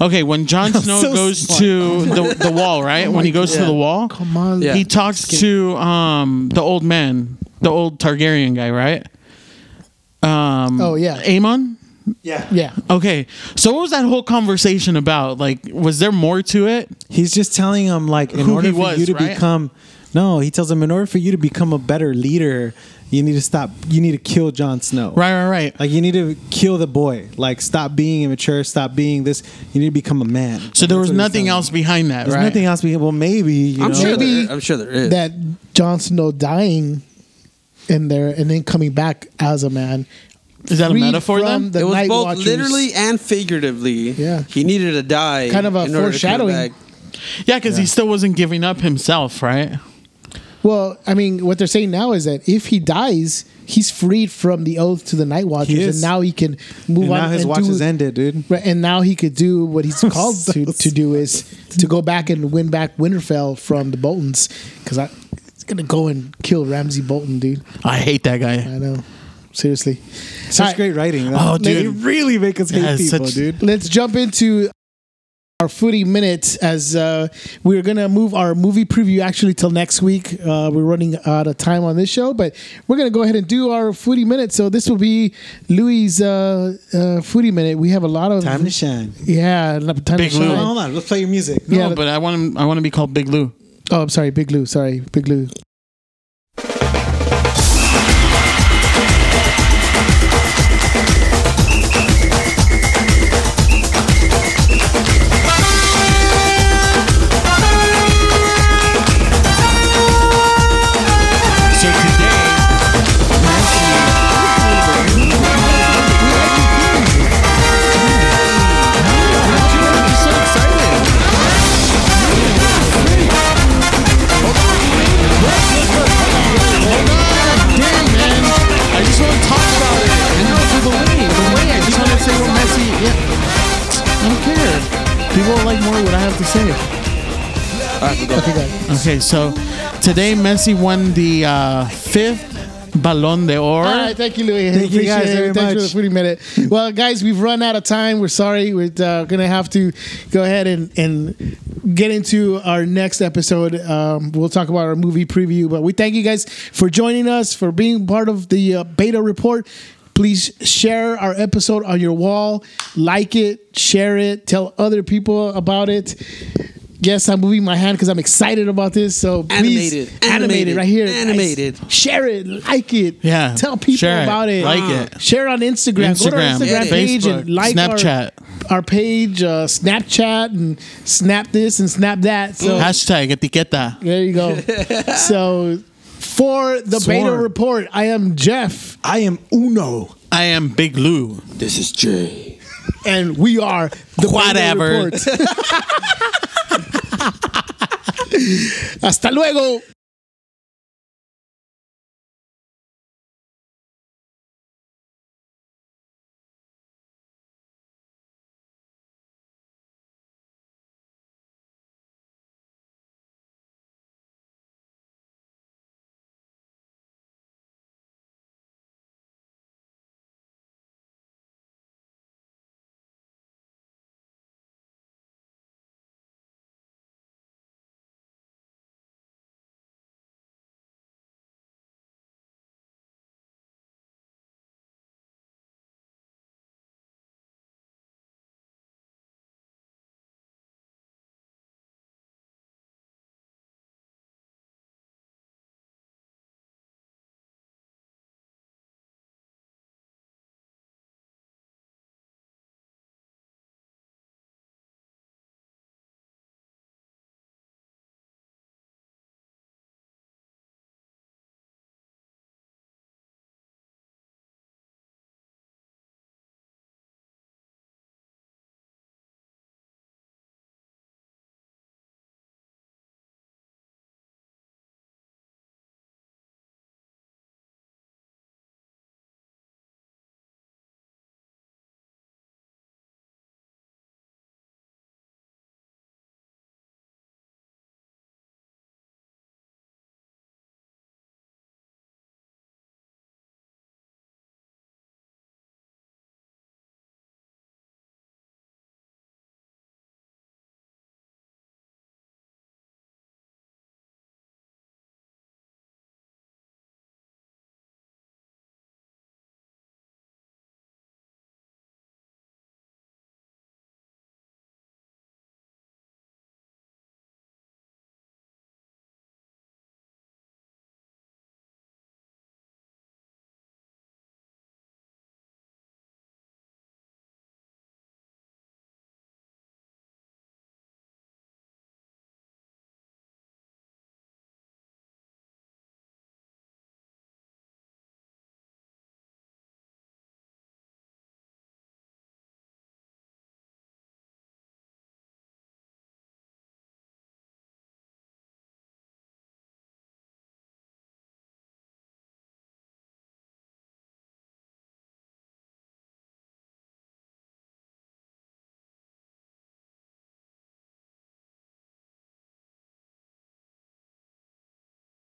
Okay, when Jon Snow
so
goes
smart. Oh
to the, the wall, right? when he goes to the wall,
come on,
Yeah.
he talks to um the old man, the old Targaryen guy, right? Um.
Oh, yeah.
Aemon.
yeah.
Okay, so what was that whole conversation about? Like, was there more to it?
He's just telling him like in
Who
order
he
for
was,
you to
right?
become no, he tells him in order for you to become a better leader, you need to stop you need to kill Jon Snow.
Right, right, right.
Like you need to kill the boy. Like stop being immature, stop being this. You need to become a man.
so there was
That's what he's
nothing
telling him.
else behind that,
There's
right?
nothing else. we- Well, maybe you
I'm
know?
sure.
Maybe
there, I'm sure there is.
that Jon Snow dying in there and then coming back as a man.
Is that a
freed
metaphor
from
then?
The
it was
Night
both
Watchers.
literally and figuratively.
Yeah.
He needed to die.
Kind of a
in order to come
foreshadowing.
back.
yeah, because he still wasn't giving up himself, right?
Well, I mean, what they're saying now is that if he dies, he's freed from the oath to the Night
He
Watchers,
is.
and now he can move
And
on.
now his
and
watch
do,
is ended, dude.
Right, and now he could do what he's called
so
to, to do is to go back and win back Winterfell from the Boltons because I. It's gonna go and kill Ramsey Bolton, dude.
I hate that guy.
I know, seriously.
Such
All right,
great writing.
Oh,
They
dude.
really make us hate
Yeah, it's
people,
such-
dude.
Let's jump into our footy minutes as uh, we're gonna move our movie preview actually till next week. Uh, we're running out of time on this show, but we're gonna go ahead and do our footy minute. So this will be Louis' uh, uh, footy minute. We have a lot of
Time to shine.
yeah, time
Big
to
Lou.
shine.
Hold on, let's play your music.
No,
Yeah, but-
but I want him. I want to be called Big Lou.
Oh, I'm sorry, Big Lou. Sorry, Big Lou.
So today, I just want to talk about it. I know for the way, the way. I just want to say what Messi. Yeah, I don't care. People will like more what I have to say. Okay, so today Messi won the uh, fifth Ballon
All
d'Or.
right, thank you, Louis.
Thank you
Appreciate
guys
it.
very
Thanks for the
much.
footy minute. Well, guys, we've run out of time. We're sorry. We're uh, gonna have to go ahead and, and get into our next episode. Um, we'll talk about our movie preview. But we thank you guys for joining us for being part of the uh, beta report. Please share our episode on your wall, like it, share it, tell other people about it. Yes, I'm moving my hand because I'm excited about this. So please,
Animated.
animate it
Animated.
right here,
Animated.
Guys. Share it, like it,
Yeah.
Tell people
Share it.
about it. Ah.
Like it.
Share on Instagram. Go to our
Instagram,
Instagram
Facebook,
page and like our-
Snapchat.
Our, page, uh, Snapchat, and snap this and snap that. So
Hashtag etiqueta.
there you go. so for the beta
Sworn.
report, I am Jeff,
I am Uno.
I am Big Lou.
This is Jay.
and we are the
Whatever.
Beta report. Hasta luego.